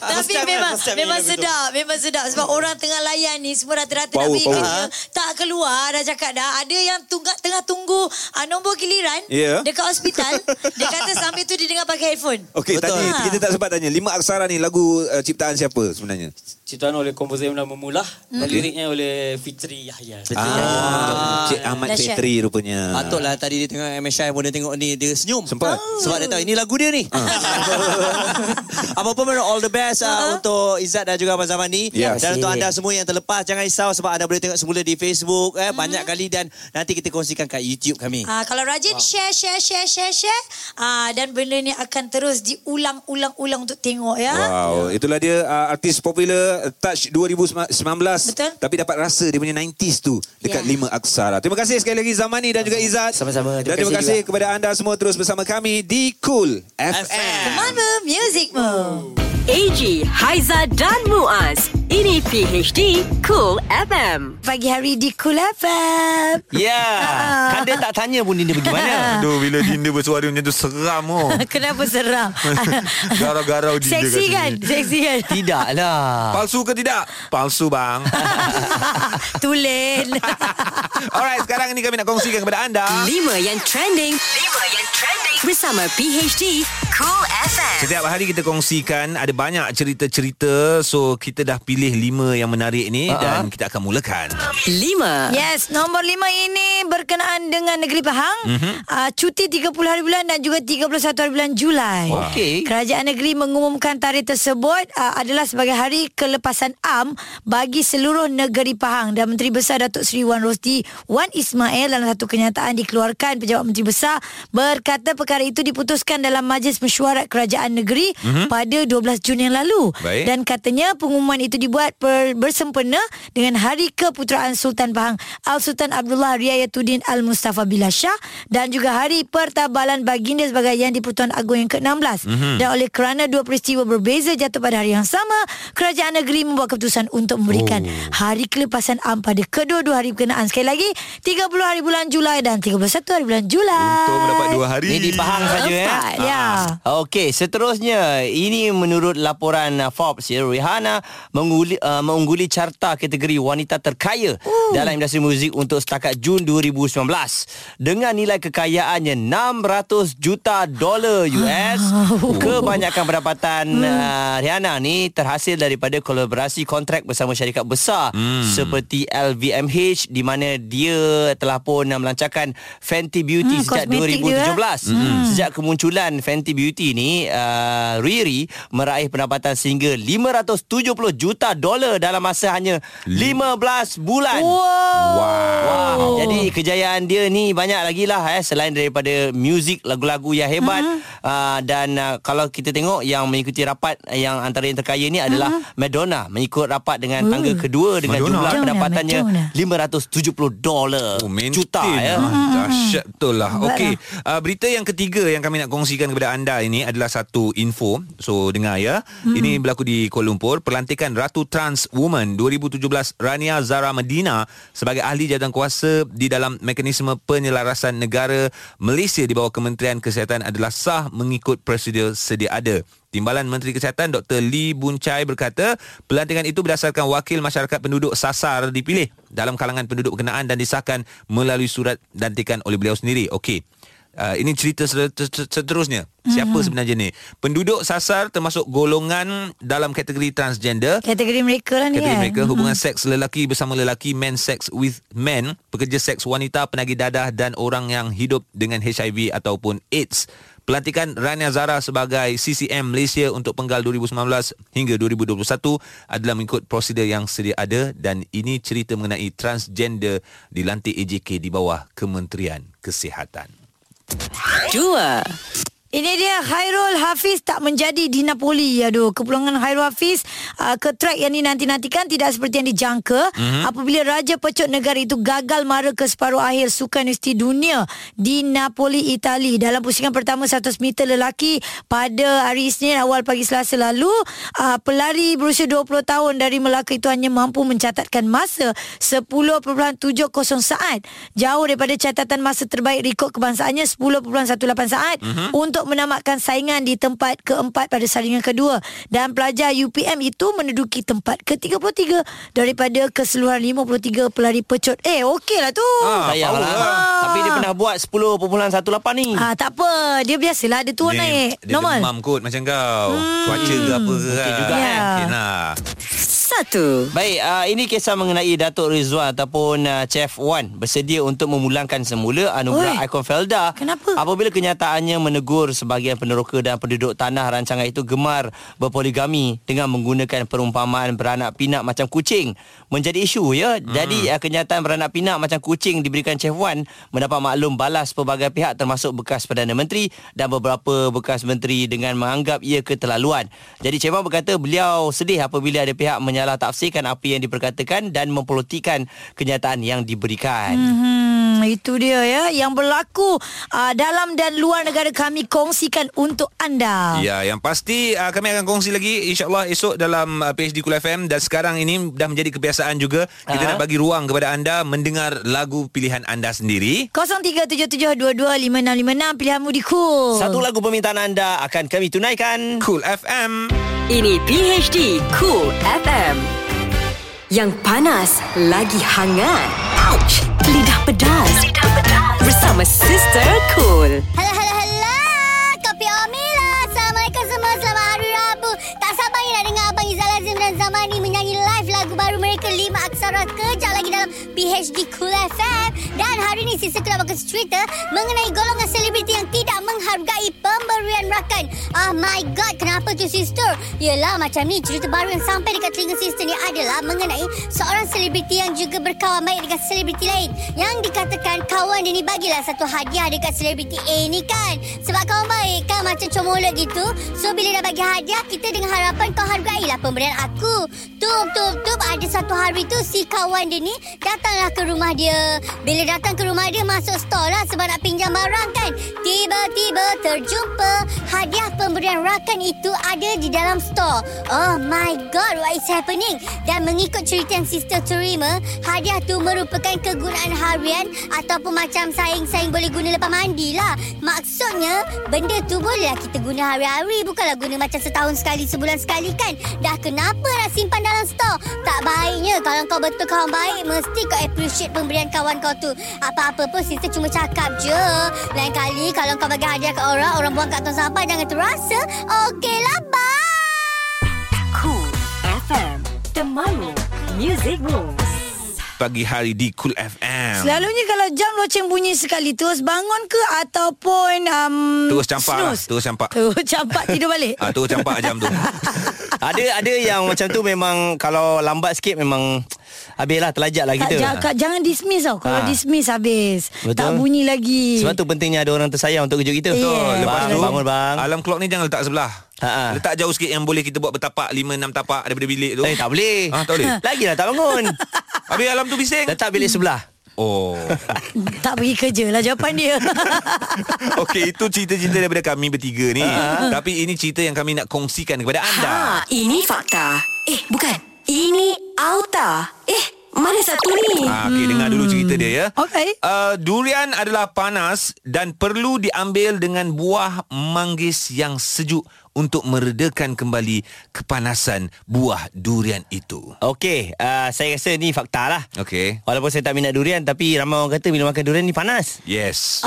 Speaker 3: Tapi
Speaker 9: Ustaz
Speaker 3: memang
Speaker 9: Ustaz
Speaker 3: memang
Speaker 9: Mina betul.
Speaker 3: sedap, memang sedap sebab orang tengah layan ni semua rata-rata nak
Speaker 1: Power,
Speaker 3: pergi
Speaker 1: power.
Speaker 3: kerja, Ha? tak keluar dah cakap dah. Ada yang tunggak tengah tunggu uh, nombor giliran
Speaker 1: Ya.
Speaker 3: dekat hospital. dia kata sambil tu dia dengar pakai headphone.
Speaker 1: Okey,
Speaker 7: Betul.
Speaker 1: tadi kita tak sempat tanya. Lima Aksara ni lagu uh, ciptaan siapa sebenarnya?
Speaker 9: Ciptaan oleh komposer yang bernama Mulah dan liriknya oleh Fitri Yahya.
Speaker 1: Ah, Cik Ahmad
Speaker 3: Dahsyat.
Speaker 1: Petri rupanya.
Speaker 7: Patutlah tadi dia tengah MSI pun dia tengok ni dia senyum. Ah.
Speaker 1: Sempat. Ah.
Speaker 7: Sebab dia tahu ini lagu dia ni. *laughs* Apa pun memang all the best uh, untuk Izzat dan juga Abang Zamani
Speaker 1: Ah. Ya.
Speaker 7: dan untuk
Speaker 5: Terima kasih.
Speaker 7: anda semua yang terlepas jangan risau sebab anda boleh tengok semula di Facebook eh banyak
Speaker 1: Mm-hmm.
Speaker 7: kali dan nanti kita kongsikan kat YouTube kami.
Speaker 3: Ah, kalau rajin wow. share share share share share ah, dan benda ni akan terus diulang-ulang-ulang untuk tengok ya.
Speaker 1: Wow, itulah dia uh, artis popular uh, Touch 2019.
Speaker 3: Betul.
Speaker 1: Tapi dapat rasa dia punya 90s tu dekat
Speaker 3: Ya.
Speaker 1: Lima Aksara. Terima kasih sekali lagi Zamani dan juga Izzat.
Speaker 5: Sama-sama.
Speaker 1: Dan
Speaker 5: Terima
Speaker 1: terima
Speaker 5: kasih
Speaker 1: kasih kepada anda semua terus bersama kami di Cool FM.
Speaker 3: Mana muzikmu?
Speaker 6: AG, Haiza dan Muaz Ini PHD Cool FM
Speaker 3: Pagi hari di Cool FM.
Speaker 2: Ya yeah. Kan dia tak tanya pun Dinda pergi
Speaker 7: *laughs*
Speaker 2: mana
Speaker 10: Aduh bila Dinda bersuara macam tu seram
Speaker 3: *laughs*
Speaker 10: oh.
Speaker 3: Kenapa seram?
Speaker 10: Garau-garau Dinda kat
Speaker 3: Seksi
Speaker 10: sini.
Speaker 3: kan? Seksi kan?
Speaker 2: Tidak lah
Speaker 10: Palsu ke tidak? Palsu
Speaker 3: *laughs*
Speaker 10: bang.
Speaker 3: Tulen.
Speaker 10: Alright, sekarang ni kami nak kongsikan kepada anda.
Speaker 6: Lima yang trending Lima yang trending Bersama PHD Cool FM
Speaker 10: Setiap hari kita kongsikan ada banyak cerita-cerita so kita dah pilih lima yang menarik
Speaker 3: Ha,
Speaker 10: ni uh-huh. dan kita akan mulakan.
Speaker 6: Lima
Speaker 3: Yes, nombor lima ini berkenaan dengan negeri Pahang. Mm-hmm. Uh, cuti 30 hari bulan dan juga 31 hari bulan Julai.
Speaker 2: Okey.
Speaker 3: Kerajaan negeri mengumumkan tarikh tersebut uh, adalah sebagai hari kelepasan am bagi seluruh negeri Pahang dan Menteri Besar Datuk Seri Wan Rosdi Wan Ismail dalam satu kenyataan dikeluarkan pejabat Menteri Besar berkata perkara itu diputuskan dalam Majlis Mesyuarat Kerajaan Negeri mm-hmm. pada 12 Jun yang lalu
Speaker 10: Baik.
Speaker 3: dan katanya pengumuman itu dibuat per, bersempena dengan hari keputeraan Sultan Pahang Al Sultan Abdullah Riayatuddin Al Mustafa Billah Shah dan juga hari pertabalan baginda sebagai yang di-Pertuan Agong yang ke-16 mm-hmm. dan oleh kerana dua peristiwa berbeza jatuh pada hari yang sama kerajaan negeri membuat keputusan untuk memberikan oh. hari kelepasan am pada kedua-dua hari berkenaan sekali lagi 30 hari bulan Julai dan 31 hari bulan Julai
Speaker 10: Untung mendapat dua hari.
Speaker 2: Ni di Pahang saja eh
Speaker 3: Empat, ya.
Speaker 10: Ah,
Speaker 2: Okey, seterusnya ini menurut laporan uh, Forbes ya Rihanna mengungguli, uh, mengungguli carta kategori wanita terkaya
Speaker 3: Oh.
Speaker 2: Ooh. dalam industri muzik untuk setakat Jun 2019 dengan nilai kekayaannya 600 juta dolar US. Kebanyakan pendapatan
Speaker 3: Hmm.
Speaker 2: uh, Rihanna ni terhasil daripada kolaborasi kontrak bersama syarikat besar hmm. seperti LVMH di mana dia telah pun uh, melancarkan Fenty Beauty hmm,
Speaker 3: Hmm,
Speaker 2: sejak
Speaker 3: kosmetik dia, eh?
Speaker 2: 2017. Hmm. Sejak kemunculan Fenty Beauty ni, uh, Riri meraih pendapatan sehingga 570 juta dolar dalam masa hanya 15 bulan.
Speaker 3: Wow.
Speaker 2: Wah, jadi kejayaan dia ni banyak lagi lah eh selain daripada muzik lagu-lagu yang hebat mm-hmm. uh, dan uh, kalau kita tengok yang mengikuti rapat uh, yang antara yang terkaya ni adalah mm-hmm. Madonna mengikut rapat dengan tangga kedua dengan
Speaker 1: Madonna.
Speaker 2: jumlah
Speaker 3: Madonna,
Speaker 2: pendapatannya
Speaker 3: Madonna.
Speaker 2: 570 dolar
Speaker 1: Oh, maintain.
Speaker 2: juta ya.
Speaker 1: Ah, Dahsyat betul lah
Speaker 3: Berat
Speaker 1: Okey uh, Berita yang ketiga Yang kami nak kongsikan kepada anda ini Adalah satu info So dengar ya hmm. Ini berlaku di Kuala Lumpur Pelantikan Ratu Trans Woman 2017 Rania Zara Medina Sebagai ahli jawatan kuasa Di dalam mekanisme penyelarasan negara Malaysia Di bawah Kementerian Kesihatan Adalah sah mengikut prosedur sedia ada Timbalan Menteri Kesihatan Dr. Lee Boon Chai berkata pelantikan itu berdasarkan wakil masyarakat penduduk sasar dipilih dalam kalangan penduduk berkenaan dan disahkan melalui surat lantikan oleh beliau sendiri. Okey. Uh, ini cerita seter- seter- seterusnya. Siapa sebenarnya ni? Penduduk sasar termasuk golongan dalam kategori transgender
Speaker 3: Kategori mereka lah ni
Speaker 1: Kategori
Speaker 3: kan.
Speaker 1: mereka hubungan seks lelaki bersama lelaki men sex with men pekerja seks wanita penagih dadah dan orang yang hidup dengan HIV ataupun AIDS Pelantikan Rania Zara sebagai CCM Malaysia untuk penggal 2019 hingga 2021 adalah mengikut prosedur yang sedia ada dan ini cerita mengenai transgender dilantik AJK di bawah Kementerian Kesihatan.
Speaker 6: Dua.
Speaker 3: Ini dia Khairul Hafiz tak menjadi di Napoli. Aduh, kepulangan Khairul Hafiz uh, ke track yang dinanti-nantikan tidak seperti yang dijangka mm-hmm. apabila Raja Pecut Negara itu gagal mara ke separuh akhir Sukan Universiti Dunia di Napoli, Itali. Dalam pusingan pertama 100 meter lelaki pada hari Isnin awal pagi Selasa lalu, uh, pelari berusia 20 tahun dari Melaka itu hanya mampu mencatatkan masa 10.70 saat. Jauh daripada catatan masa terbaik rekod kebangsaannya 10.18 saat mm-hmm. untuk menamatkan saingan di tempat keempat pada saringan kedua. Dan pelajar UPM itu menduduki tempat ke-33 daripada keseluruhan 53 pelari pecut. Eh, okeylah tu.
Speaker 2: Ah, sayang lah. Tapi dia pernah buat 10.18 ni.
Speaker 3: Ah, tak apa. Dia biasalah dia turun naik.
Speaker 1: dia
Speaker 3: Normal.
Speaker 1: demam kot macam kau. Hmm. Cuaca ke apa ke. Okey
Speaker 2: juga,
Speaker 3: Ya. eh.
Speaker 1: Okey lah.
Speaker 6: Satu.
Speaker 2: Baik, uh, ini kisah mengenai Datuk Rizwan ataupun uh, Chef Wan bersedia untuk memulangkan semula anugerah
Speaker 3: Oi,
Speaker 2: Icon Felda.
Speaker 3: kenapa?
Speaker 2: Apabila kenyataannya menegur sebahagian peneroka dan penduduk tanah rancangan itu gemar berpoligami dengan menggunakan perumpamaan beranak pinak macam kucing menjadi isu ya. Hmm. Jadi uh, kenyataan beranak pinak macam kucing diberikan Chef Wan mendapat maklum balas pelbagai pihak termasuk bekas Perdana Menteri dan beberapa bekas menteri dengan menganggap ia keterlaluan. Jadi Chef Wan berkata beliau sedih apabila ada pihak menyalah tafsirkan apa yang diperkatakan dan mempelotikan kenyataan yang diberikan. Hmm.
Speaker 3: Hmm, itu dia ya yang berlaku uh, dalam dan luar negara kami kongsikan untuk
Speaker 2: Ah.
Speaker 3: anda.
Speaker 1: Ya, yang pasti uh, kami akan kongsi lagi insyaAllah esok dalam uh, PhD Kul FM dan sekarang ini dah menjadi kebiasaan juga kita
Speaker 2: Aha.
Speaker 1: nak bagi ruang kepada anda mendengar lagu pilihan anda sendiri.
Speaker 3: 0377225656 pilihanmu di Cool.
Speaker 2: Satu lagu permintaan anda akan kami tunaikan.
Speaker 1: Cool FM.
Speaker 6: Ini PHD Cool FM. Yang panas lagi hangat. Ouch! Lidah pedas. Lidah pedas. Bersama Sister Cool.
Speaker 11: Hello, hello, hello. Kopi Omila. Assalamualaikum semua. Selamat hari Rabu. Tak sabar ni nak dengar Abang Izzal Azim dan Zamani menyanyi live lagu baru mereka Lima Aksara kejap lagi dalam PHD Cool FM. Dan hari ni Sisa Kelab Bagus cerita mengenai golongan selebriti yang tidak menghargai pemberian rakan. Oh my God, kenapa tu Sister? Yelah, macam ni cerita baru yang sampai dekat telinga Sister ni adalah mengenai seorang selebriti yang juga berkawan baik dengan selebriti lain. Yang dikatakan kawan dia ni bagilah satu hadiah dekat selebriti A ni kan. Sebab kawan baik kan macam comolek gitu. So bila dah bagi hadiah, kita dengan harapan kau hargailah pemberian aku. Tup, tup, tup. Ada satu hari tu si kawan dia ni datanglah ke rumah dia. Bila datang ke rumah dia, masuk store lah sebab nak pinjam barang kan. Tiba-tiba terjumpa Hadiah pemberian rakan itu ada di dalam store. Oh my god, what is happening? Dan mengikut cerita yang sister terima, hadiah tu merupakan kegunaan harian ataupun macam saing-saing boleh guna lepas mandi lah. Maksudnya, benda tu bolehlah kita guna hari-hari. Bukanlah guna macam setahun sekali, sebulan sekali kan? Dah kenapa nak simpan dalam store? Tak baiknya kalau kau betul kawan baik, mesti kau appreciate pemberian kawan kau tu. Apa-apa pun sister cuma cakap je. Lain kali kalau kau bagi hadiah kat orang, orang buang kat tong sampah jangan terasa. Okeylah, bye.
Speaker 6: Cool FM, temanmu, music rules.
Speaker 1: Pagi hari di Cool FM.
Speaker 3: Selalunya kalau jam loceng bunyi sekali terus bangun ke ataupun um,
Speaker 1: Terus campak lah.
Speaker 3: snooze?
Speaker 1: Terus campak.
Speaker 3: Terus campak tidur balik.
Speaker 1: *laughs* Ah, tu campak
Speaker 2: *laughs*
Speaker 1: jam tu.
Speaker 2: Ada ada yang macam tu memang kalau lambat sikit memang habislah terlajak lah
Speaker 3: tak,
Speaker 2: kita.
Speaker 3: ja- kak, jangan dismiss tau. Kalau
Speaker 1: Ah.
Speaker 2: Ha.
Speaker 3: dismiss habis.
Speaker 2: Betul.
Speaker 3: Tak bunyi lagi.
Speaker 2: Sebab tu pentingnya ada orang tersayang untuk kejut kita.
Speaker 3: Betul.
Speaker 2: Bang,
Speaker 3: Lepas tu-
Speaker 2: bangun bang.
Speaker 1: Alam clock ni jangan letak sebelah.
Speaker 2: Ha-ha.
Speaker 1: Letak jauh sikit yang boleh kita buat bertapak 5 6 tapak daripada bilik tu.
Speaker 2: Eh tak boleh.
Speaker 1: Ah,
Speaker 2: *laughs*
Speaker 1: tak boleh?
Speaker 2: Lagilah tak bangun.
Speaker 1: Habis alam tu bising.
Speaker 2: Letak bilik sebelah.
Speaker 1: Oh.
Speaker 3: tak pergi kerja lah jawapan
Speaker 1: *laughs*
Speaker 3: dia.
Speaker 1: Okey, itu cerita-cerita daripada kami bertiga ni.
Speaker 3: Ha.
Speaker 1: Tapi ini cerita yang kami nak kongsikan kepada anda.
Speaker 6: Ha, ini fakta. Eh, bukan. Ini auta. Eh, mana satu ni?
Speaker 1: Ah, okay, hmm. dengar dulu cerita dia ya.
Speaker 3: Okey.
Speaker 1: Uh, durian adalah panas dan perlu diambil dengan buah manggis yang sejuk untuk meredakan kembali kepanasan buah durian itu.
Speaker 2: Okey, uh, saya rasa ni fakta lah.
Speaker 1: Okey.
Speaker 2: Walaupun saya tak minat durian tapi ramai orang kata bila makan durian ni panas.
Speaker 1: Yes.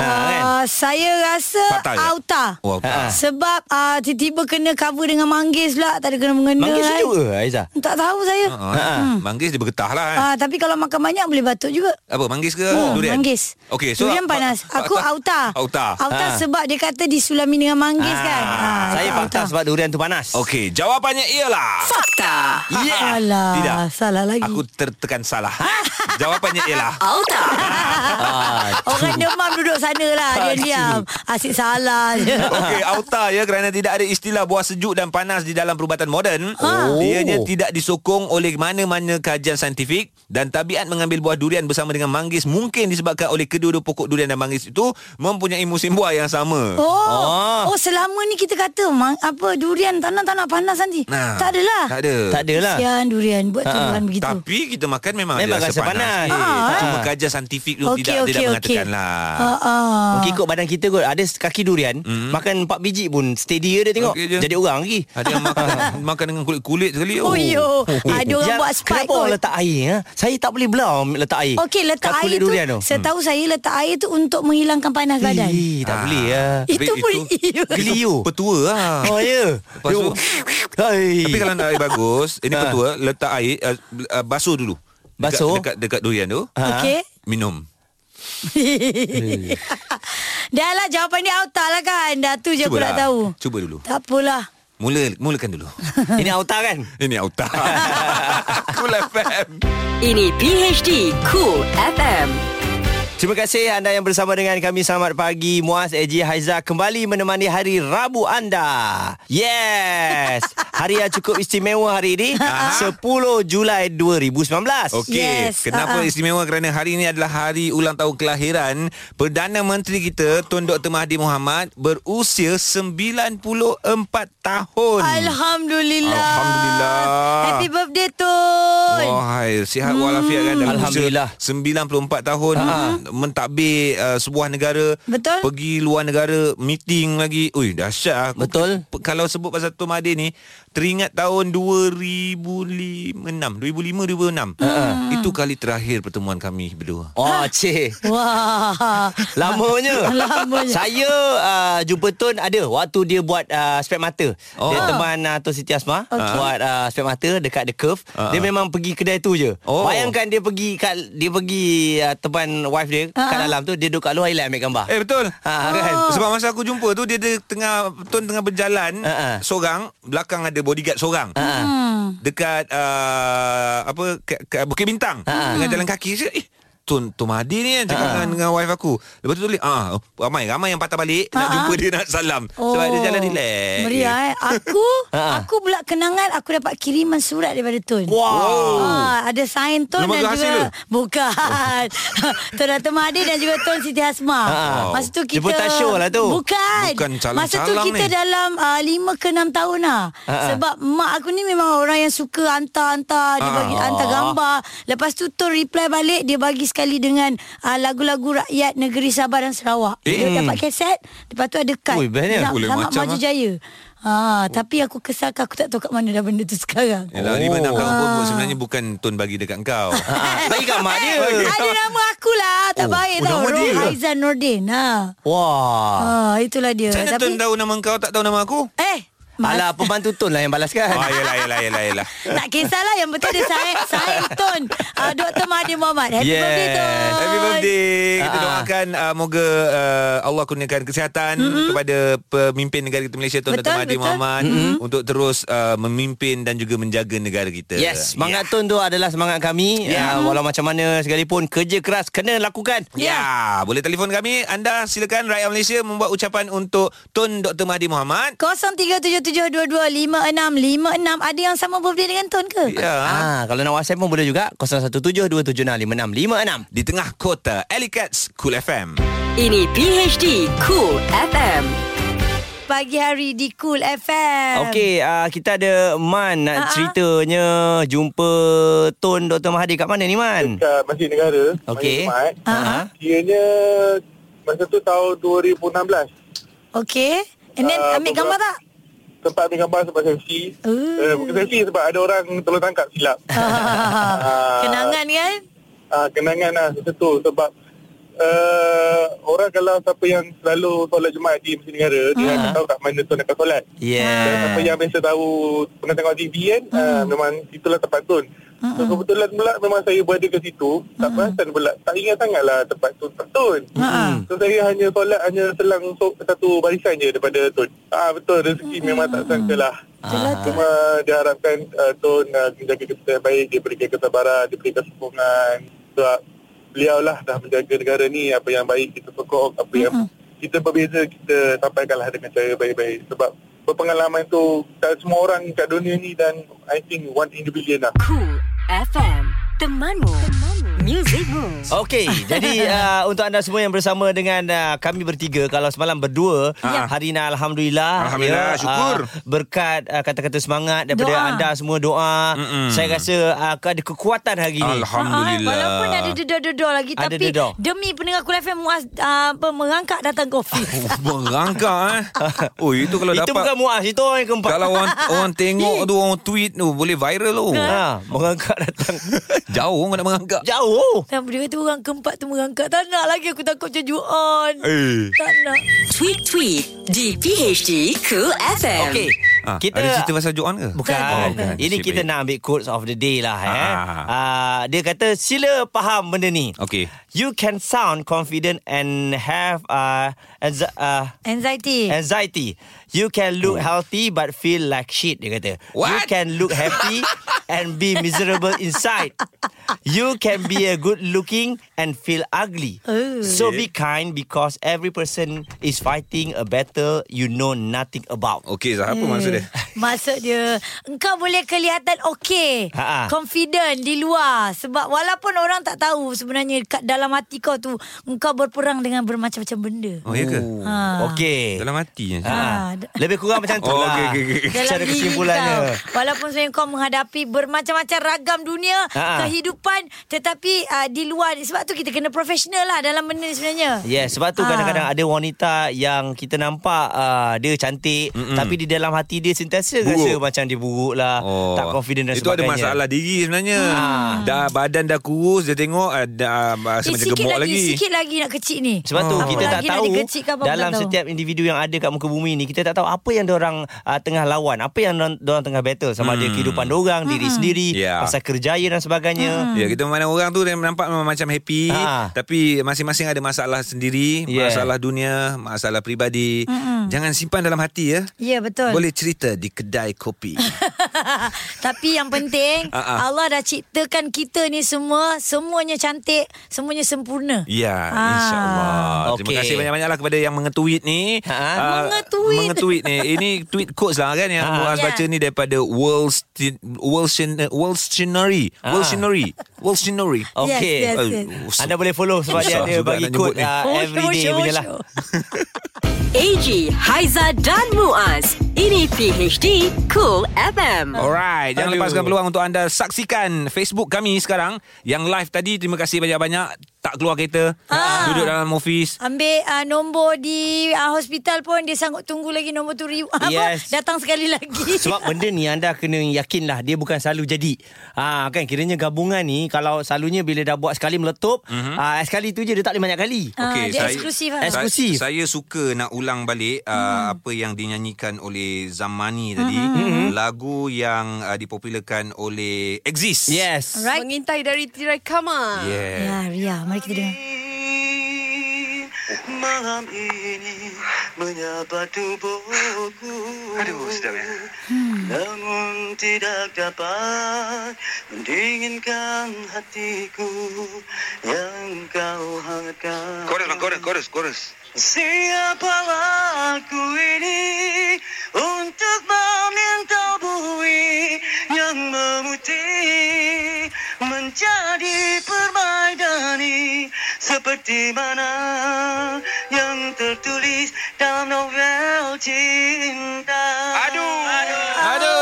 Speaker 2: Ah, kan?
Speaker 3: uh, saya rasa
Speaker 1: Fakta ke?
Speaker 3: auta.
Speaker 1: Oh,
Speaker 2: Ha.
Speaker 1: apa?
Speaker 3: Sebab uh, tiba-tiba kena cover dengan manggis pula. Tak ada kena mengena. kan?
Speaker 2: Manggil sejuk ke Aiza?
Speaker 3: Tak tahu saya.
Speaker 1: Ha. Ha. Manggis dia bergetah lah kan.
Speaker 3: Hmm. Ah, tapi kalau makan banyak boleh batuk juga.
Speaker 1: Apa manggis ke Eh,
Speaker 3: Oh,
Speaker 1: durian?
Speaker 3: manggis.
Speaker 1: Okey, so
Speaker 3: durian
Speaker 1: fa-
Speaker 3: panas.
Speaker 1: fa-
Speaker 3: Aku
Speaker 1: fa-
Speaker 3: auta.
Speaker 1: Auta. Ah.
Speaker 3: Auta
Speaker 2: Ha.
Speaker 3: sebab dia kata disulami dengan manggis kan. Ah,
Speaker 2: saya
Speaker 3: itu
Speaker 2: fakta sebab durian tu panas.
Speaker 1: Okey, jawapannya ialah
Speaker 6: Fakta.
Speaker 1: Yeah.
Speaker 3: Ah, Alah,
Speaker 1: Tidak.
Speaker 3: salah lagi.
Speaker 1: Aku tertekan salah. *laughs* jawapannya
Speaker 3: *laughs*
Speaker 1: ialah
Speaker 6: Auta.
Speaker 2: Ah,
Speaker 3: Orang demam duduk sana lah Dia diam Asyik salah je
Speaker 1: *laughs* Okey, auta ya kerana tidak ada istilah buah sejuk dan panas di dalam perubatan moden.
Speaker 2: Ha.
Speaker 1: Ianya
Speaker 2: Oh.
Speaker 1: tidak disokong oleh mana-mana kajian saintifik dan tabiat mengambil buah durian bersama dengan manggis mungkin disebabkan oleh kedua-dua pokok durian dan manggis itu mempunyai musim buah yang sama.
Speaker 3: Oh,
Speaker 2: Ah.
Speaker 3: oh. oh selama ni kita kata mang, apa durian tanah-tanah panas nanti.
Speaker 1: Nah,
Speaker 3: tak adalah.
Speaker 1: Tak ada.
Speaker 2: tak adalah.
Speaker 3: Kesian durian buat
Speaker 2: Ha-ha.
Speaker 3: Tuhan begitu. eh.
Speaker 1: Tapi kita makan memang,
Speaker 2: Memang
Speaker 1: ada
Speaker 2: rasa panas.
Speaker 1: sikit.
Speaker 2: Ah.
Speaker 1: Cuma kajian saintifik tu
Speaker 3: Okey,
Speaker 1: tidak
Speaker 3: okey,
Speaker 1: tidak
Speaker 3: okey.
Speaker 1: mengatakan lah.
Speaker 3: Uh-uh.
Speaker 2: Mungkin ikut badan kita kot Ada kaki durian mm-hmm. Makan 4 biji pun Steady je dia tengok
Speaker 1: Okey
Speaker 2: okay
Speaker 1: je.
Speaker 2: je. Jadi orang lagi
Speaker 1: Ada yang
Speaker 3: *laughs*
Speaker 1: makan makan dengan kulit-kulit sekali.
Speaker 3: Oh,
Speaker 2: *laughs*
Speaker 3: yo. Ada orang
Speaker 2: Ya,
Speaker 3: buat spike
Speaker 2: Kenapa orang
Speaker 3: kot.
Speaker 2: letak air ha? Saya tak boleh belah orang letak air
Speaker 3: Okey, letak
Speaker 2: Kat
Speaker 3: air
Speaker 2: kulit
Speaker 3: tu.
Speaker 2: durian tu Hmm.
Speaker 3: Setahu saya letak air tu untuk menghilangkan panas badan.
Speaker 2: Ih, Tak boleh ya.
Speaker 3: Itu
Speaker 1: Tapi
Speaker 3: pun
Speaker 1: itu-
Speaker 2: *laughs*
Speaker 3: itu.
Speaker 2: Geli you
Speaker 1: Petua lah.
Speaker 3: Ah.
Speaker 2: Oh ya
Speaker 1: Lepas tu-
Speaker 2: Hai.
Speaker 1: Tapi kalau nak air bagus Ini
Speaker 2: *laughs* Ha.
Speaker 1: petua Letak air uh, uh, Basuh dulu Dekat-
Speaker 2: Basuh?
Speaker 1: Dekat, dekat, durian tu
Speaker 2: Ha?
Speaker 3: Okey.
Speaker 1: Minum
Speaker 3: Dah lah jawapan dia auta lah kan. Dah tu je aku
Speaker 2: lah.
Speaker 3: nak tahu.
Speaker 1: Cuba dulu
Speaker 3: Tak apalah.
Speaker 1: Mula Mulakan
Speaker 3: *laughs*
Speaker 1: dulu
Speaker 2: Ini auta kan
Speaker 1: Ini auta Cool FM
Speaker 6: Ini PHD Cool FM.
Speaker 2: Terima kasih anda yang bersama dengan kami Selamat pagi Muaz, Eji, Haiza Kembali menemani hari Rabu anda Yes Hari yang cukup istimewa hari ini 10 Julai 2019
Speaker 1: Okey,
Speaker 3: Yes,
Speaker 1: kenapa
Speaker 3: ha-ha.
Speaker 1: istimewa kerana hari ini adalah hari ulang tahun kelahiran Perdana Menteri kita Tun Dr Mahathir Mohamad berusia 94 tahun.
Speaker 2: Hmm.
Speaker 3: Alhamdulillah.
Speaker 1: Alhamdulillah.
Speaker 3: Happy birthday Tun.
Speaker 1: Wahai Oh, sihat walafiat kan dalam
Speaker 2: Alhamdulillah.
Speaker 1: usia 94 tahun ha. mentadbir uh, sebuah negara
Speaker 3: Betul.
Speaker 1: pergi luar negara meeting lagi ui dahsyat aku
Speaker 2: Betul.
Speaker 1: P- kalau sebut pasal Tun Mahathir ni teringat tahun 2005 2005 2006 itu kali terakhir pertemuan kami berdua
Speaker 3: Ha.
Speaker 2: Oh cik
Speaker 3: Wah.
Speaker 2: Lamanya
Speaker 3: Lamanya.
Speaker 2: Saya uh, jumpa Tun ada Waktu dia buat uh, spek mata oh. Dia teman uh, Tun Siti Asma okay. Buat uh, spek mata dekat The Curve uh-huh. Dia memang pergi kedai tu je oh.
Speaker 1: Oh.
Speaker 2: Bayangkan dia pergi kat, Dia pergi uh, teman wife dia uh-huh. Kat dalam tu Dia duduk kat luar Hilang ambil gambar
Speaker 1: Eh betul.
Speaker 2: Ha, kan?
Speaker 1: Sebab masa aku jumpa tu dia, dia tengah Tun tengah berjalan
Speaker 2: Ha, ha.
Speaker 1: seorang, belakang ada bodyguard seorang.
Speaker 3: Hmm.
Speaker 1: ah, Dekat uh, apa ke, ke, Bukit Bintang. Tengah jalan kaki. Saya, Eh, Tun Tun Mahathir ni yang cakap dengan, dengan wife aku. Lepas tu tulis ah ramai ramai yang patah balik nak jumpa dia nak salam. Sebab dia jalan relax.
Speaker 3: Ah, Oh,
Speaker 1: Ha.
Speaker 3: Meriah
Speaker 1: *laughs*
Speaker 3: eh. Aku aku pula kenangan aku dapat kiriman surat daripada Tun.
Speaker 1: Wow.
Speaker 3: Ah, ada sign Tun
Speaker 1: Nombor
Speaker 3: dan
Speaker 1: tu hasil
Speaker 3: juga bukan. *laughs* Tun Dr. Mahathir dan juga Tun Siti Hasma.
Speaker 1: Ha.
Speaker 2: Ah.
Speaker 3: Masa tu kita
Speaker 2: Jemputan show lah tu.
Speaker 3: Bukan.
Speaker 1: Bukan calang-calang
Speaker 3: Masa tu kita
Speaker 1: ni. Ha.
Speaker 3: dalam ah, lima ke enam tahun lah. Sebab mak aku ni memang orang yang suka
Speaker 1: Ah.
Speaker 3: hantar-hantar, dia bagi hantar gambar. Lepas tu Tun reply balik dia bagi sekali dengan ah, lagu-lagu rakyat negeri Sabah dan Sarawak. Dia
Speaker 1: Hmm.
Speaker 3: dapat kaset, lepas tu ada kad.
Speaker 2: Ui, bestnya.
Speaker 3: Nak-
Speaker 1: Boleh
Speaker 3: Selamat
Speaker 1: macam
Speaker 3: maju
Speaker 1: ah.
Speaker 3: jaya. Ha, tapi aku kesalkan aku tak tahu kat mana dah benda tu sekarang.
Speaker 1: Yalah, lima enam tahun
Speaker 3: Ah.
Speaker 1: pun sebenarnya bukan Tun bagi dekat kau.
Speaker 2: Bagi kat mak dia.
Speaker 3: *laughs* Ada nama aku lah. Tak
Speaker 1: Oh,
Speaker 3: baik
Speaker 1: oh,
Speaker 3: tau.
Speaker 1: nama dia. Ah.
Speaker 3: Roh Aizan Nordin. Ha.
Speaker 2: Wah.
Speaker 3: ha itulah dia.
Speaker 1: Macam mana Tun
Speaker 3: Tapi
Speaker 1: tahu nama kau tak tahu nama *laughs* aku?
Speaker 3: eh Mas,
Speaker 2: Alah pembantu Tun lah yang balaskan.
Speaker 1: Ah, yelah, yelah, yelah, yelah.
Speaker 3: tak kisahlah yang penting dia saya saya Tun. Uh, Dr. Mahathir Mohamad. Happy
Speaker 2: Yes.
Speaker 3: birthday Tun.
Speaker 1: Happy birthday. Kita
Speaker 2: Ah.
Speaker 1: doakan uh, moga uh, Allah kurniakan kesihatan mm-hmm. kepada pemimpin negara kita Malaysia Tuan
Speaker 3: Betul,
Speaker 1: Dr. Mahathir
Speaker 3: betul.
Speaker 1: Mohamad mm-hmm. untuk terus uh, memimpin dan juga menjaga negara kita. Ya.
Speaker 2: Yes, semangat Tun tu adalah semangat kami. Yeah. Uh, walau macam mana sekalipun kerja keras kena lakukan.
Speaker 1: Ya, yeah. boleh telefon kami. Anda silakan rakyat Malaysia membuat ucapan untuk Tun Dr. Mahathir Mohamad.
Speaker 3: 0377225656 ada yang sama birthday dengan Tun ke?
Speaker 1: Ya. Yeah.
Speaker 2: Ah, kalau nak WhatsApp pun boleh juga 0172765656.
Speaker 1: Di tengah kota Alicats Cool FM.
Speaker 6: Ini PHD Cool FM.
Speaker 3: Pagi hari di Cool FM.
Speaker 2: Okey, uh, kita ada Man
Speaker 3: Ah, ah.
Speaker 2: nak ceritanya jumpa Tun Dr. Mahathir kat mana ni Man?
Speaker 8: Kat Masjid Negara
Speaker 2: Okey.
Speaker 8: Mat,
Speaker 2: Ha.
Speaker 8: Kiranya Masa tu tahun 2016
Speaker 3: Okey. And then
Speaker 8: Ah,
Speaker 3: ambil gambar tak?
Speaker 8: Tempat ambil gambar sebab selfie
Speaker 3: Uh.
Speaker 9: Hmm.
Speaker 8: uh, Bukan selfie sebab ada orang Tolong tangkap silap Ah.
Speaker 3: Kenangan kan?
Speaker 8: uh, Kenangan lah Masa tu sebab uh, Orang kalau siapa yang Selalu solat jemaat di Masjid Negara Dia akan tahu kat mana tu nak kau solat Dan siapa
Speaker 2: Yeah.
Speaker 8: yang biasa tahu Pernah tengok TV kan uh,
Speaker 9: Hmm.
Speaker 8: Memang itulah tempat tu So kebetulan pula memang saya berada ke situ Tak perasan pula Tak ingat sangatlah tempat tu tempat Tun Hmm. So saya hanya solat Hanya selang so, satu barisan je daripada Tun Ah Betul rezeki memang tak sangka lah Cuma diharapkan uh, Tun uh, menjaga kita yang baik Dia berikan kesabaran Dia berikan sokongan Sebab beliau lah dah menjaga negara ni Apa yang baik kita sokong Apa yang kita berbeza Kita sampaikanlah dengan cara baik-baik Sebab berpengalaman tu tak semua orang kat dunia ni dan I think one in a billion lah
Speaker 6: Cool FM. Temanmu. Temanmu. Musicmu.
Speaker 8: *laughs*
Speaker 2: Okey, jadi uh, untuk anda semua yang bersama dengan uh, kami bertiga kalau semalam berdua, ah,
Speaker 1: Ya.
Speaker 2: hari ni alhamdulillah.
Speaker 1: Alhamdulillah, syukur.
Speaker 2: Uh, berkat uh, kata-kata semangat daripada
Speaker 3: Doa.
Speaker 2: anda semua doa.
Speaker 1: Mm-mm.
Speaker 2: Saya rasa uh, ada kekuatan hari ni.
Speaker 6: eh,
Speaker 3: Ah,
Speaker 1: Alhamdulillah.
Speaker 3: walaupun ada dedor-dedor lagi
Speaker 2: Ada
Speaker 3: Tapi
Speaker 2: dedor.
Speaker 3: demi pendengar Kul FM Muaz ah, apa, Merangkak datang ke ofis
Speaker 2: Oh.
Speaker 1: Merangkak eh. Oh, itu kalau
Speaker 2: Itu
Speaker 1: dapat
Speaker 2: bukan muas, itu orang yang keempat.
Speaker 1: Kalau orang orang tengok tu orang tweet tu boleh viral tu.
Speaker 2: ha, mengangkat
Speaker 1: *laughs*
Speaker 2: datang
Speaker 1: Jauh kau nak merangkak.
Speaker 2: jauh.
Speaker 3: Dan dia kata orang keempat tu merangkak Tak nak lagi aku takut cejuan
Speaker 1: Eh.
Speaker 3: Tak nak
Speaker 6: Tweet tweet di PHD Cool FM.
Speaker 2: Okey.
Speaker 1: Ah,
Speaker 2: kita
Speaker 1: ada cerita pasal Joan ke?
Speaker 2: Bukan.
Speaker 1: Oh,
Speaker 2: bukan.
Speaker 1: bukan.
Speaker 2: Ini
Speaker 1: Nasib
Speaker 2: kita
Speaker 1: baik.
Speaker 2: nak ambil quotes of the day lah eh.
Speaker 1: Ah.
Speaker 2: Ah, dia kata sila faham benda ni.
Speaker 1: Okey.
Speaker 2: You can sound confident and have uh, anxi- uh,
Speaker 3: Anxiety
Speaker 2: anxiety. You can look healthy but feel like shit dia kata. You
Speaker 1: Oh. What?
Speaker 2: can look happy
Speaker 1: *laughs*
Speaker 2: and be miserable inside. You can be a good looking and feel ugly. So be kind because every person is fighting a battle you know nothing about.
Speaker 1: Okey, Zah, apa maksud dia?
Speaker 3: Maksud dia Engkau boleh kelihatan okey
Speaker 2: Ha-ha.
Speaker 3: Confident di luar Sebab walaupun orang tak tahu Sebenarnya kat dalam hati kau tu Engkau berperang dengan bermacam-macam benda
Speaker 1: Oh, ya ke?
Speaker 3: Ah.
Speaker 2: Okey.
Speaker 1: Dalam hati.
Speaker 2: Ha.
Speaker 1: Ha.
Speaker 2: Lebih kurang macam tu
Speaker 1: Oh,
Speaker 2: lah.
Speaker 1: okey, okey, okey.
Speaker 3: dalam
Speaker 2: Secara
Speaker 3: diri
Speaker 2: kesimpulannya.
Speaker 3: kau. Walaupun sebenarnya kau menghadapi bermacam-macam ragam dunia,
Speaker 2: Ha.
Speaker 3: kehidupan tetapi uh, di luar ni. sebab tu kita kena profesional lah dalam benda ni sebenarnya.
Speaker 2: Ya, yeah, sebab tu
Speaker 3: Ah.
Speaker 2: kadang-kadang ada wanita yang kita nampak uh, dia cantik Mm-mm. tapi di dalam hati dia sentiasa buruk. rasa
Speaker 1: Buruk.
Speaker 2: macam dia buruk lah, oh. tak confident dan
Speaker 1: Itu
Speaker 2: sebagainya.
Speaker 1: ada masalah diri sebenarnya.
Speaker 2: Ah.
Speaker 1: Dah badan dah kurus, dia tengok ah, dah ah, rasa
Speaker 3: Eh,
Speaker 1: macam
Speaker 3: sikit
Speaker 1: gemuk
Speaker 3: lagi,
Speaker 1: lagi.
Speaker 3: sikit lagi nak kecil ni.
Speaker 2: Sebab tu
Speaker 3: Apa
Speaker 2: kita tak
Speaker 3: lagi nak
Speaker 2: tahu
Speaker 3: dikecilkan, apa pun
Speaker 2: dalam
Speaker 3: tak tahu.
Speaker 2: setiap individu yang ada kat muka bumi ni kita tak tahu apa yang orang uh, tengah
Speaker 3: Hmm.
Speaker 2: lawan, apa yang orang tengah battle sama ada kehidupan orang, diri sendiri,
Speaker 1: Hmm. Ya.
Speaker 2: pasal kerjaya dan sebagainya.
Speaker 1: Ya, kita mana orang tu dia nampak memang macam happy
Speaker 2: Ha.
Speaker 1: tapi masing-masing ada masalah sendiri,
Speaker 2: Yeah.
Speaker 1: masalah dunia, masalah pribadi.
Speaker 3: Mm-mm.
Speaker 1: Jangan simpan dalam hati ya.
Speaker 3: Ya betul.
Speaker 1: Boleh cerita di kedai kopi.
Speaker 3: *laughs* Tapi yang penting
Speaker 1: Ah, ah.
Speaker 3: Allah dah ciptakan kita ni semua semuanya cantik, semuanya sempurna.
Speaker 1: Ya,
Speaker 3: Ah.
Speaker 1: insyaAllah. Terima
Speaker 2: Okey. Ha,
Speaker 1: kasih banyak-banyak lah kepada yang mengetweet ni. Ah,
Speaker 3: Mengetweet.
Speaker 1: Mengetweet ni. Ini tweet quotes lah kan
Speaker 2: Ha.
Speaker 1: yang Muaz
Speaker 3: Ya.
Speaker 1: baca ni daripada World World World Scenery. World Scenery. World Oh, Scenery.
Speaker 2: Ha. *laughs* Okey.
Speaker 3: Yes, yes, Oh,
Speaker 1: yes.
Speaker 2: Anda boleh follow sebab dia
Speaker 1: Susah
Speaker 2: ada
Speaker 1: juga
Speaker 2: bagi
Speaker 1: nak
Speaker 2: kod
Speaker 1: nyebut ni.
Speaker 2: uh, everyday punya lah.
Speaker 6: AG, Haiza dan Muaz. Ini PHD Cool FM.
Speaker 3: Ah,
Speaker 1: Alright, jangan
Speaker 2: Aduh.
Speaker 1: lepaskan peluang untuk anda saksikan Facebook kami sekarang yang live tadi. Terima kasih banyak-banyak tak keluar kereta,
Speaker 2: Ha.
Speaker 3: Ah.
Speaker 1: duduk dalam office.
Speaker 3: Ambil uh, nombor di uh, hospital pun dia sanggup tunggu lagi nombor tu ribu.
Speaker 2: Yes.
Speaker 3: Datang sekali lagi.
Speaker 2: *laughs* Sebab benda ni anda kena yakinlah dia bukan selalu jadi. Ah kan kiranya gabungan ni kalau selalunya bila dah buat sekali meletup,
Speaker 1: Mhm.
Speaker 2: mm-hmm. ah sekali tu je dia tak boleh banyak kali.
Speaker 3: Ah, dia eksklusif lah.
Speaker 2: Eksklusif.
Speaker 1: Saya, saya suka nak ulang balik uh, apa yang dinyanyikan oleh Zamani tadi, lagu yang uh, dipopularkan oleh Exist.
Speaker 2: Yes.
Speaker 3: Alright.
Speaker 12: Mengintai dari tirai kamar.
Speaker 1: Yeah.
Speaker 3: Ya, Ria, mari kita dengar.
Speaker 9: Malam ini menyapa tubuhku Aduh sedap ya Namun tidak dapat mendinginkan hatiku Yang kau hangatkan
Speaker 1: Chorus, bang, chorus, chorus, chorus.
Speaker 9: Siapalah aku ini untuk meminta bui yang memutih menjadi permaidani seperti mana yang tertulis dalam novel cinta. Aduh, aduh.
Speaker 3: Aduh.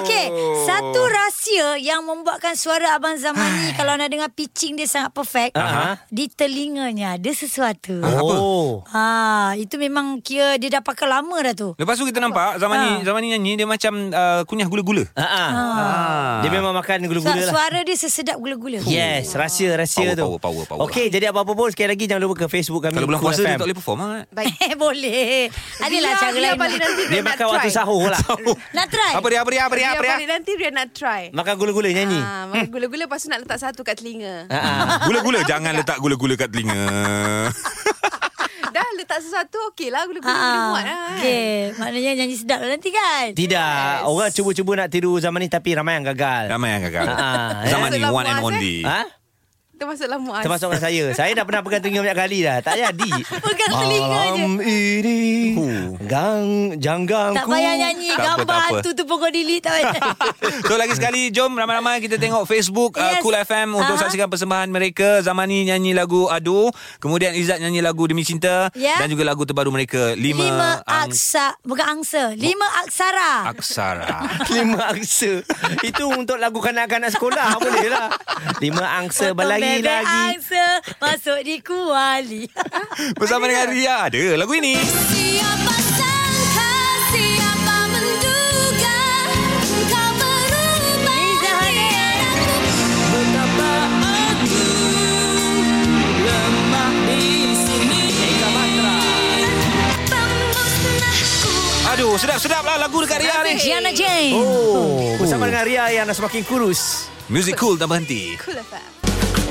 Speaker 3: Okey, Oh,
Speaker 2: Oh.
Speaker 3: satu rahsia yang membuatkan suara Abang Zamani kalau nak dengar pitching dia sangat perfect.
Speaker 2: Ah.
Speaker 3: Di telinganya ada sesuatu.
Speaker 2: Oh.
Speaker 3: Ha, itu memang kira dia dah pakai lama dah tu.
Speaker 1: Lepas tu kita nampak Zamani
Speaker 3: Ah.
Speaker 1: Zamani nyanyi dia macam uh, kunyah gula-gula.
Speaker 2: Ha ah.
Speaker 1: Ah.
Speaker 2: Dia memang makan
Speaker 3: Su-
Speaker 2: gula-gula lah.
Speaker 3: suara dia sesedap gula-gula.
Speaker 2: Yes, rahsia-rahsia
Speaker 1: Power,
Speaker 2: tu.
Speaker 1: power, power, power.
Speaker 2: Okey, jadi apa-apa pun sekali lagi jangan lupa ke Facebook kami.
Speaker 1: Kalau bulan
Speaker 2: Cool
Speaker 1: puasa
Speaker 2: FM.
Speaker 1: dia tak boleh perform kan?
Speaker 3: *laughs* Eh, boleh. Adalah
Speaker 12: Ria-
Speaker 3: cara
Speaker 12: Ria
Speaker 3: lain.
Speaker 12: balik nanti
Speaker 2: Dia
Speaker 12: nak
Speaker 2: makan
Speaker 12: try.
Speaker 2: waktu sahur lah.
Speaker 3: Nak try?
Speaker 1: Apa dia apa dia apa dia
Speaker 12: Ria
Speaker 1: apa dia?
Speaker 12: balik nanti dia nak try.
Speaker 2: Makan gula-gula nyanyi.
Speaker 12: Ah, makan gula-gula lepas tu nak letak satu kat telinga.
Speaker 2: Ha ah.
Speaker 12: *laughs*
Speaker 1: Gula-gula jangan letak gula-gula kat telinga.
Speaker 12: Dah letak sesuatu okey lah gula-gula
Speaker 3: Ah,
Speaker 12: boleh muat lah. kan?
Speaker 3: Okey, maknanya nyanyi sedap lah nanti kan?
Speaker 2: Tidak, orang cuba-cuba nak tiru zaman ni tapi ramai yang gagal.
Speaker 1: Ramai yang gagal.
Speaker 2: Ah,
Speaker 1: Zaman ni
Speaker 12: Masuklah
Speaker 1: one and
Speaker 12: puas, eh?
Speaker 1: only.
Speaker 2: Ha?
Speaker 12: Termasuklah muat.
Speaker 2: Termasuklah saya. Saya dah pernah pegang telinga banyak kali dah. Tak jadi.
Speaker 3: *laughs* Pegang telinga je.
Speaker 2: Am ini gang janggangku.
Speaker 3: Tak payah nyanyi
Speaker 1: Tak apa,
Speaker 3: gambar
Speaker 1: tak apa.
Speaker 3: hantu tu pun kau delete tak payah.
Speaker 1: So lagi sekali jom ramai-ramai kita tengok Facebook yes. uh,
Speaker 3: Yes.
Speaker 1: Cool FM untuk
Speaker 3: Aha.
Speaker 1: saksikan persembahan mereka. Zamani nyanyi lagu Aduh, kemudian Izzat nyanyi lagu Demi Cinta
Speaker 3: Ya.
Speaker 1: dan juga lagu terbaru mereka *laughs* Lima,
Speaker 3: Lima
Speaker 1: Ang-
Speaker 3: aksa Bukan angsa Lima aksara
Speaker 1: *laughs* Aksara.
Speaker 2: Lima angsa Itu untuk lagu kanak-kanak sekolah Boleh lah Lima angsa
Speaker 3: Potong
Speaker 2: Berlagi
Speaker 3: bebek
Speaker 2: lagi
Speaker 3: angsa Masuk di kuali
Speaker 1: Bersama dengan Ria ada lagu ini.
Speaker 11: Siapa sangka, siapa menduga Kau berubah
Speaker 3: Liza Hanif
Speaker 1: Aduh, sedap-sedap lah lagu dekat Ria ni.
Speaker 3: Gianna Jane
Speaker 2: Oh Bersama dengan Ria Yang dah semakin kurus
Speaker 1: Music cool tak berhenti.
Speaker 12: Cool FM.